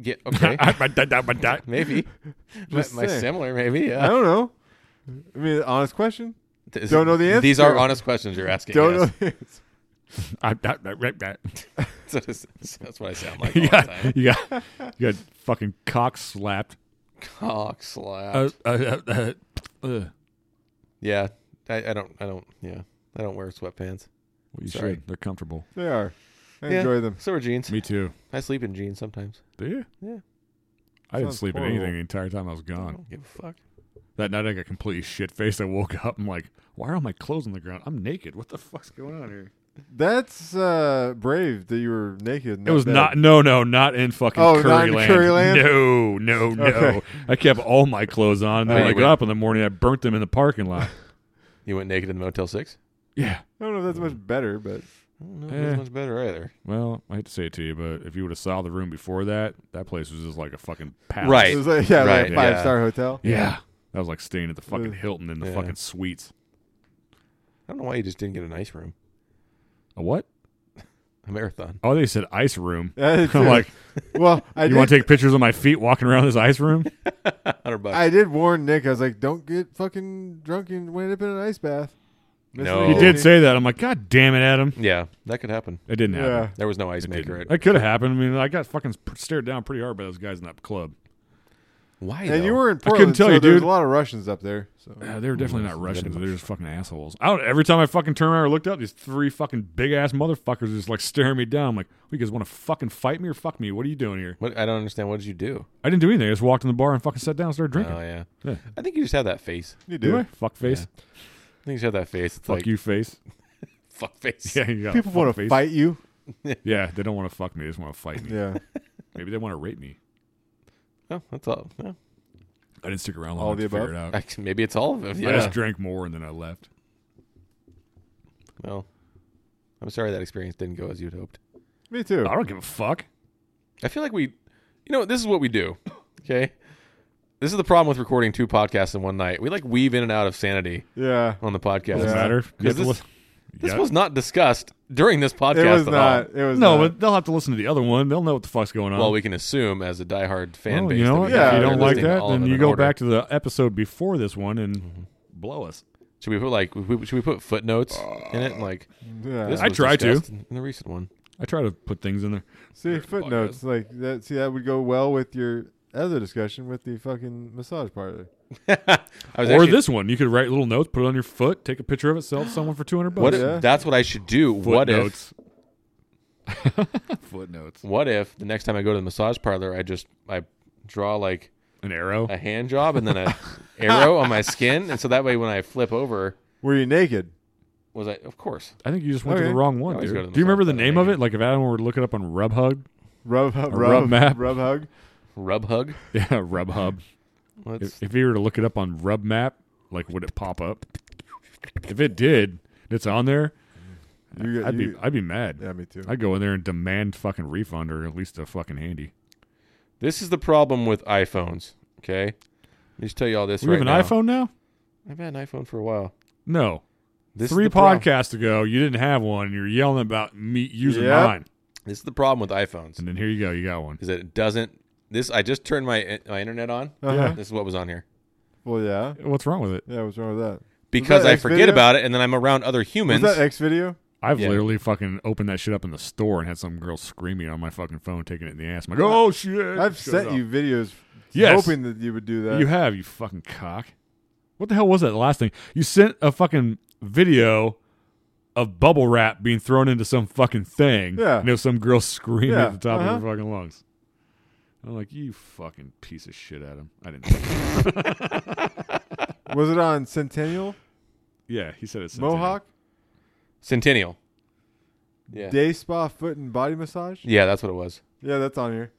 B: yeah, okay, maybe my,
C: Just
B: my
C: saying.
B: similar, maybe.
C: I
B: Yeah.
C: don't know. I mean, honest question.
B: Th-
C: don't know the
B: These
C: answer.
B: are honest questions you're asking.
C: Don't
B: yes.
C: know. The answer.
B: That's what it's- that's what I sound like all
A: you
B: the
A: got,
B: time.
A: you got, you got fucking cock slapped.
B: Cock slap.
A: Uh, uh, uh, uh, uh.
B: yeah, I, I don't. I don't. Yeah, I don't wear sweatpants.
A: Well, you
B: Sorry.
A: should. They're comfortable.
C: They are. I
B: Yeah.
C: enjoy them.
B: So are jeans.
A: Me too.
B: I sleep in jeans sometimes.
A: Do you?
B: Yeah. Oh.
A: I didn't
C: Sounds
A: sleep in
C: horrible.
A: anything the entire time I was
B: I
A: gone.
B: don't give a fuck.
A: That night I got completely shit faced. I woke up. I'm like, why are all my clothes on the ground? I'm naked. What the fuck's going on here?
C: That's uh, brave that you were naked. in
A: it
C: that
A: was
C: bed.
A: not. No, no, not in fucking
C: Oh, not
A: Curry
C: in
A: Land.
C: Curryland?
A: No, no, no.
C: Okay.
A: I kept all my clothes on. And then
B: Anyway.
A: I got up in the morning. I burnt them in the parking lot.
B: You went naked in the Motel Six.
A: yeah.
C: I don't know if that's much better, but
B: I don't know if
A: Eh.
B: it's much better either.
A: Well, I hate to say it to you, but if you would have saw the room before that, that place was just like a fucking palace.
B: Right.
C: it was like yeah,
B: Right,
C: like
B: yeah.
C: a five star hotel.
A: Yeah. That was like staying at the fucking
C: Ugh.
A: Hilton in the
B: Yeah.
A: fucking suites.
B: I don't know why you just didn't get a nice room.
A: A what?
B: A marathon.
A: Oh, they said ice room.
C: Yeah,
A: I'm like,
C: well, I
A: you
C: did.
A: want to take pictures of my feet walking around this ice room?
B: Hundred bucks.
C: I did warn Nick. I was like, "Don't get fucking drunk and wind up in an ice bath."
B: No.
A: He
B: Oh.
A: did say that. I'm like, God damn it, Adam.
B: yeah, that could happen.
A: It didn't happen.
C: "Yeah,
B: There was no ice
A: It
B: maker.
A: didn't.
B: Right?
A: That could have happened. I mean, I got fucking stared down pretty hard by those guys in that club.
B: Why?
C: and you
B: though?
C: were in
A: couldn't
C: Portland.
A: tell
C: so
A: you,
C: There's
A: dude.
C: a lot of Russians up there. So
A: Uh, they were definitely
B: that's
A: not
B: a
A: Russians.
B: good
A: They were just fucking assholes. I don't, every time I fucking turned around or looked up, these three fucking big ass motherfuckers were just like staring me down. I'm like, "What, you guys want to fucking fight me or fuck me? What are you doing here?
B: What, I don't understand. What did you do?
A: I didn't do anything. I just walked in the bar and fucking sat down and started drinking.
B: Oh yeah.
A: Yeah.
B: I think you just have that face.
C: you
A: Do
C: do.
A: I? Fuck face.
B: I think you just have that face. It's
A: Fuck
B: like
A: you, face.
B: Fuck face.
A: Yeah, you got a
C: People
A: fuck
C: want to
A: face.
C: fight you.
A: Yeah, they don't want to fuck me. They just want to fight me.
C: Yeah,
A: Maybe they want to rape me.
B: Oh, that's all. yeah.
A: I didn't stick around long
C: All
A: enough
C: the
A: to figure it
C: above?
A: out.
B: I, maybe it's all of them.
A: I
B: Yeah.
A: just drank more and then I left.
B: Well, I'm sorry that experience didn't go as you'd hoped.
C: me too.
A: I don't give a fuck.
B: I feel like we, you know, this is what we do. Okay. This is the problem with recording two podcasts in one night. We like weave in and out of sanity
C: Yeah,
B: on the podcast.
A: Doesn't
C: Yeah.
A: matter. You have to
B: this-
A: listen-
B: This
A: Yeah.
B: was not discussed during this podcast
C: it was
B: at
C: not. It was
A: no,
C: not.
A: but they'll have to listen to the other one. They'll know what the fuck's going on.
B: all. Well, we can assume as a diehard fan
A: Well, Oh,
B: base.
A: you know
B: that
A: what?
B: we-
A: if
C: Yeah,
A: you
B: they're
A: don't like
B: listening to
A: that,
B: all of
A: then
B: them
A: you
B: in
A: go
B: order. Mm-hmm.
A: back to the episode before this one and blow us.
B: Should we put like we- should we put footnotes in it? Like
C: yeah.
B: this
A: Uh, I
B: was
A: tried to.
B: discussed in in the recent one.
A: I try to put things in there.
C: See
A: Or
C: footnotes like that. See that would go well with your other discussion with the fucking massage parlor.
B: I was
A: Or
B: actually-
A: this one, you could write little notes, put it on your foot, take a picture of it, sell it to someone for two hundred bucks.
B: What
C: Yeah.
B: if, that's what I should do. What if
A: Footnotes. Footnotes.
B: what if the next time I go to the massage parlor, I just I draw like
A: An arrow.
B: a hand job and then a arrow on my skin, and so that way when I flip over,
C: Were you naked?
B: was I of course
A: I think you just went to
C: Okay.
A: the wrong one,
B: Always
A: dude.
B: go to the
A: Do you remember the
B: massage
A: name
B: parlor,
A: of it? Like if Adam were to look it up on Rubhub,
C: Rub hub,
A: A
C: rub,
A: rub map.
C: rub hug.
B: rub hug.
A: yeah, Rubhub.
B: Let's
A: If, if you were to look it up on Rub Map, like would it pop up? If it did, and it's on there.
C: You get-
A: I'd
C: you-
A: be I'd be mad.
C: Yeah, me too.
A: I'd go in there and demand fucking refund or at least a fucking handy.
B: This is the problem with iPhones. Okay, let me just tell you all this.
A: We have an
B: right now.
A: iPhone now?
B: I've had an iPhone for a while.
A: No.
B: This
A: Three
B: is the prob-
A: podcasts ago, you didn't have one, and you're yelling about me using
C: Yep.
A: mine.
B: This is the problem with iPhones.
A: And then here you go, you got one.
B: Is that it doesn't. This I just turned my my internet on.
C: Uh-huh.
B: This is what was on here
C: Well, yeah.
A: What's wrong with it?
C: Yeah, what's wrong with that?
B: because
C: that
B: I forget
C: Xvideo?
B: about it, and then I'm around other
C: Was
B: humans.
C: that X video?
A: I've
B: Yeah.
A: literally fucking opened that shit up in the store and had some girl screaming on my fucking phone, taking it in the ass. I'm like, oh shit!
C: I've
A: Shut
C: sent
A: up.
C: you videos
A: Yes.
C: hoping that you would do that.
A: You have, you fucking cock. What the hell was that last thing? You sent a fucking video of bubble wrap being thrown into some fucking thing.
C: Yeah.
A: And it was some girl screaming
C: Yeah,
A: at the top of her
C: uh-huh.
A: fucking lungs. I'm like, you fucking piece of shit, Adam. I didn't.
C: was it on Centennial?
A: yeah, he said it's
C: Mohawk?
B: Centennial. Yeah.
C: Day spa foot and body massage?
B: yeah, that's what it was.
C: Yeah, that's on here.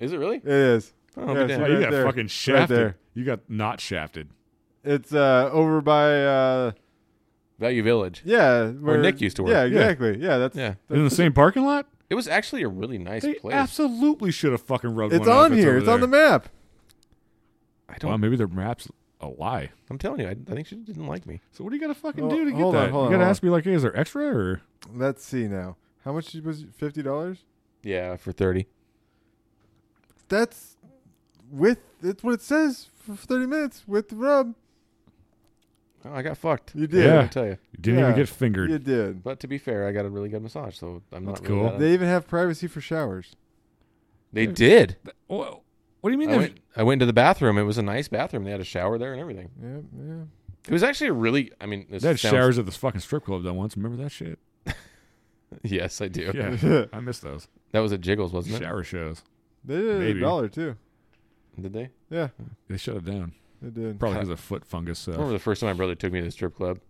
B: Is it really?
C: It is.
B: Oh,
C: Yeah,
B: good
C: so
B: damn.
A: Wow, you
C: Right
A: got
C: there.
A: fucking shafted.
C: there.
A: You got not shafted.
C: It's uh, over by uh,
B: Value Village.
C: yeah, where
B: Nick used to work.
C: Yeah,
A: Yeah.
C: exactly. Yeah, that's
B: Yeah.
A: In the same parking lot?
B: It was actually a really nice
A: They
B: place.
A: absolutely should have fucking rubbed
C: It's
A: one out if
C: on here.
A: over
C: It's on the
A: there.
C: map.
B: I don't.
A: Well, maybe their map's a lie.
B: I'm telling you, I, I think she didn't like me.
A: So what do you gotta fucking
C: Well,
A: do to get
C: hold on,
A: that?
C: hold on,
A: you gotta
C: hold
A: ask me like, hey, is there extra or
C: Let's see now. How much was it? fifty dollars?
B: Yeah, for thirty.
C: That's with it's what it says for thirty minutes with the rub.
B: Oh, I got fucked.
C: You did.
B: I
A: Yeah.
B: gotta tell you.
A: you didn't
C: Yeah.
A: even get fingered?
C: You did.
B: But to be fair, I got a really good massage, so I'm
A: That's
B: not really
A: cool.
B: that-
C: They even have privacy for showers.
B: They did.
A: Well, what do you Hmm. mean?
B: I
A: there's-
B: went, I went into the bathroom. It was a nice bathroom. They had a shower there and everything.
C: Yeah, yeah.
B: It was actually a really. I mean, this
A: They had
B: sounds-
A: showers at this fucking strip club that once. Remember that shit?
B: Yes, I do.
A: Yeah,
C: they
A: I miss those
B: That was at Jiggles, wasn't it?
A: shower shows.
C: did it at
A: Maybe.
C: a dollar too.
B: Did they?
C: Yeah,
A: They shut it down.
C: they did.
A: Probably because of foot fungus.
B: I remember
A: Uh,
B: the first time my brother took me to the strip club,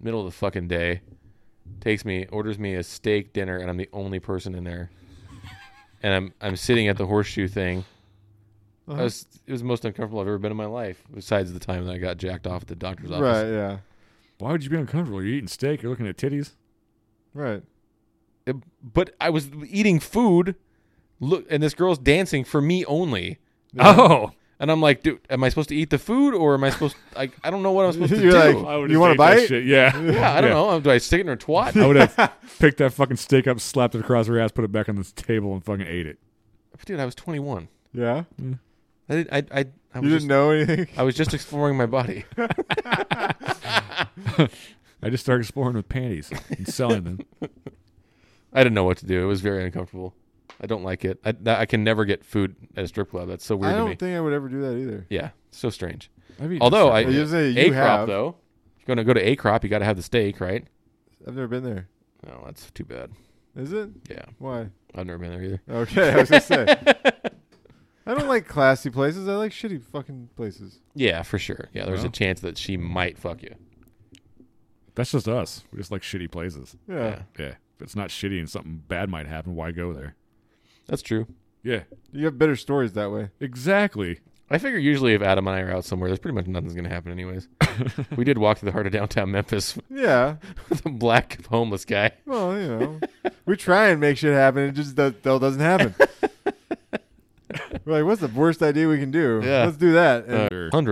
B: middle of the fucking day, takes me, orders me a steak dinner, and I'm the only person in there. And I'm I'm sitting at the horseshoe thing. I
C: Uh-huh.
B: was it was the most uncomfortable I've ever been in my life, besides the time that I got jacked off at the doctor's office.
C: Right. Yeah.
A: why would you be uncomfortable? You're eating steak. You're looking at titties.
C: Right.
B: It- but I was eating food, look, and this girl's dancing for me only,
A: Oh,
B: and I'm like, dude, am I supposed to eat the food or am I supposed? Like, I don't know what I'm supposed to
C: You're
B: do.
C: like-
A: I would
C: You
A: just
C: wanna
A: ate that
C: bite?
A: Shit. Yeah.
B: yeah, I don't know. Do I stick it in her twat?
A: I would have picked that fucking steak up, slapped it across her ass, put it back on the table, and fucking ate it.
B: Dude, I was 21.
C: Yeah.
B: I did, I I, I was just-
C: You didn't know anything.
B: I was just exploring my body.
A: I just started exploring with panties and selling them.
B: I didn't know what to do. It was very uncomfortable. I don't like it. I, that- I can never get food at a strip club. That's so
C: I
B: weird to
C: don't
B: me.
C: think I would ever do that either.
B: yeah, so strange.
A: I've eaten
B: Although I,
A: steak.
C: Well, you say
B: A
C: you
B: crop
C: have.
B: though. If you're gonna go to A crop, you got to have the steak, right?
C: I've never been there.
B: No, that's too bad.
C: Is it?
B: Yeah,
C: Why?
B: I've never been there either.
C: Okay, I was gonna say. I don't like classy places. I like shitty fucking places.
B: Yeah, for sure. Yeah, there's a
A: Well.
B: chance that she might fuck you.
A: that's just us. We just like shitty places.
C: Yeah.
B: Yeah,
A: Yeah, if it's not shitty and something bad might happen, why go there?
B: that's true.
A: Yeah,
C: You have better stories that way.
A: exactly.
B: I figure usually if Adam and I are out somewhere, there's pretty much nothing's gonna happen anyways. we did walk through the heart of downtown Memphis
C: Yeah.
B: with a black homeless guy.
C: Well, you know, we try and make shit happen. It just does, still doesn't happen. We're like, what's the worst idea we can do?
B: Yeah.
C: Let's do that. And
B: Uh,
A: Sure.
B: Hundred.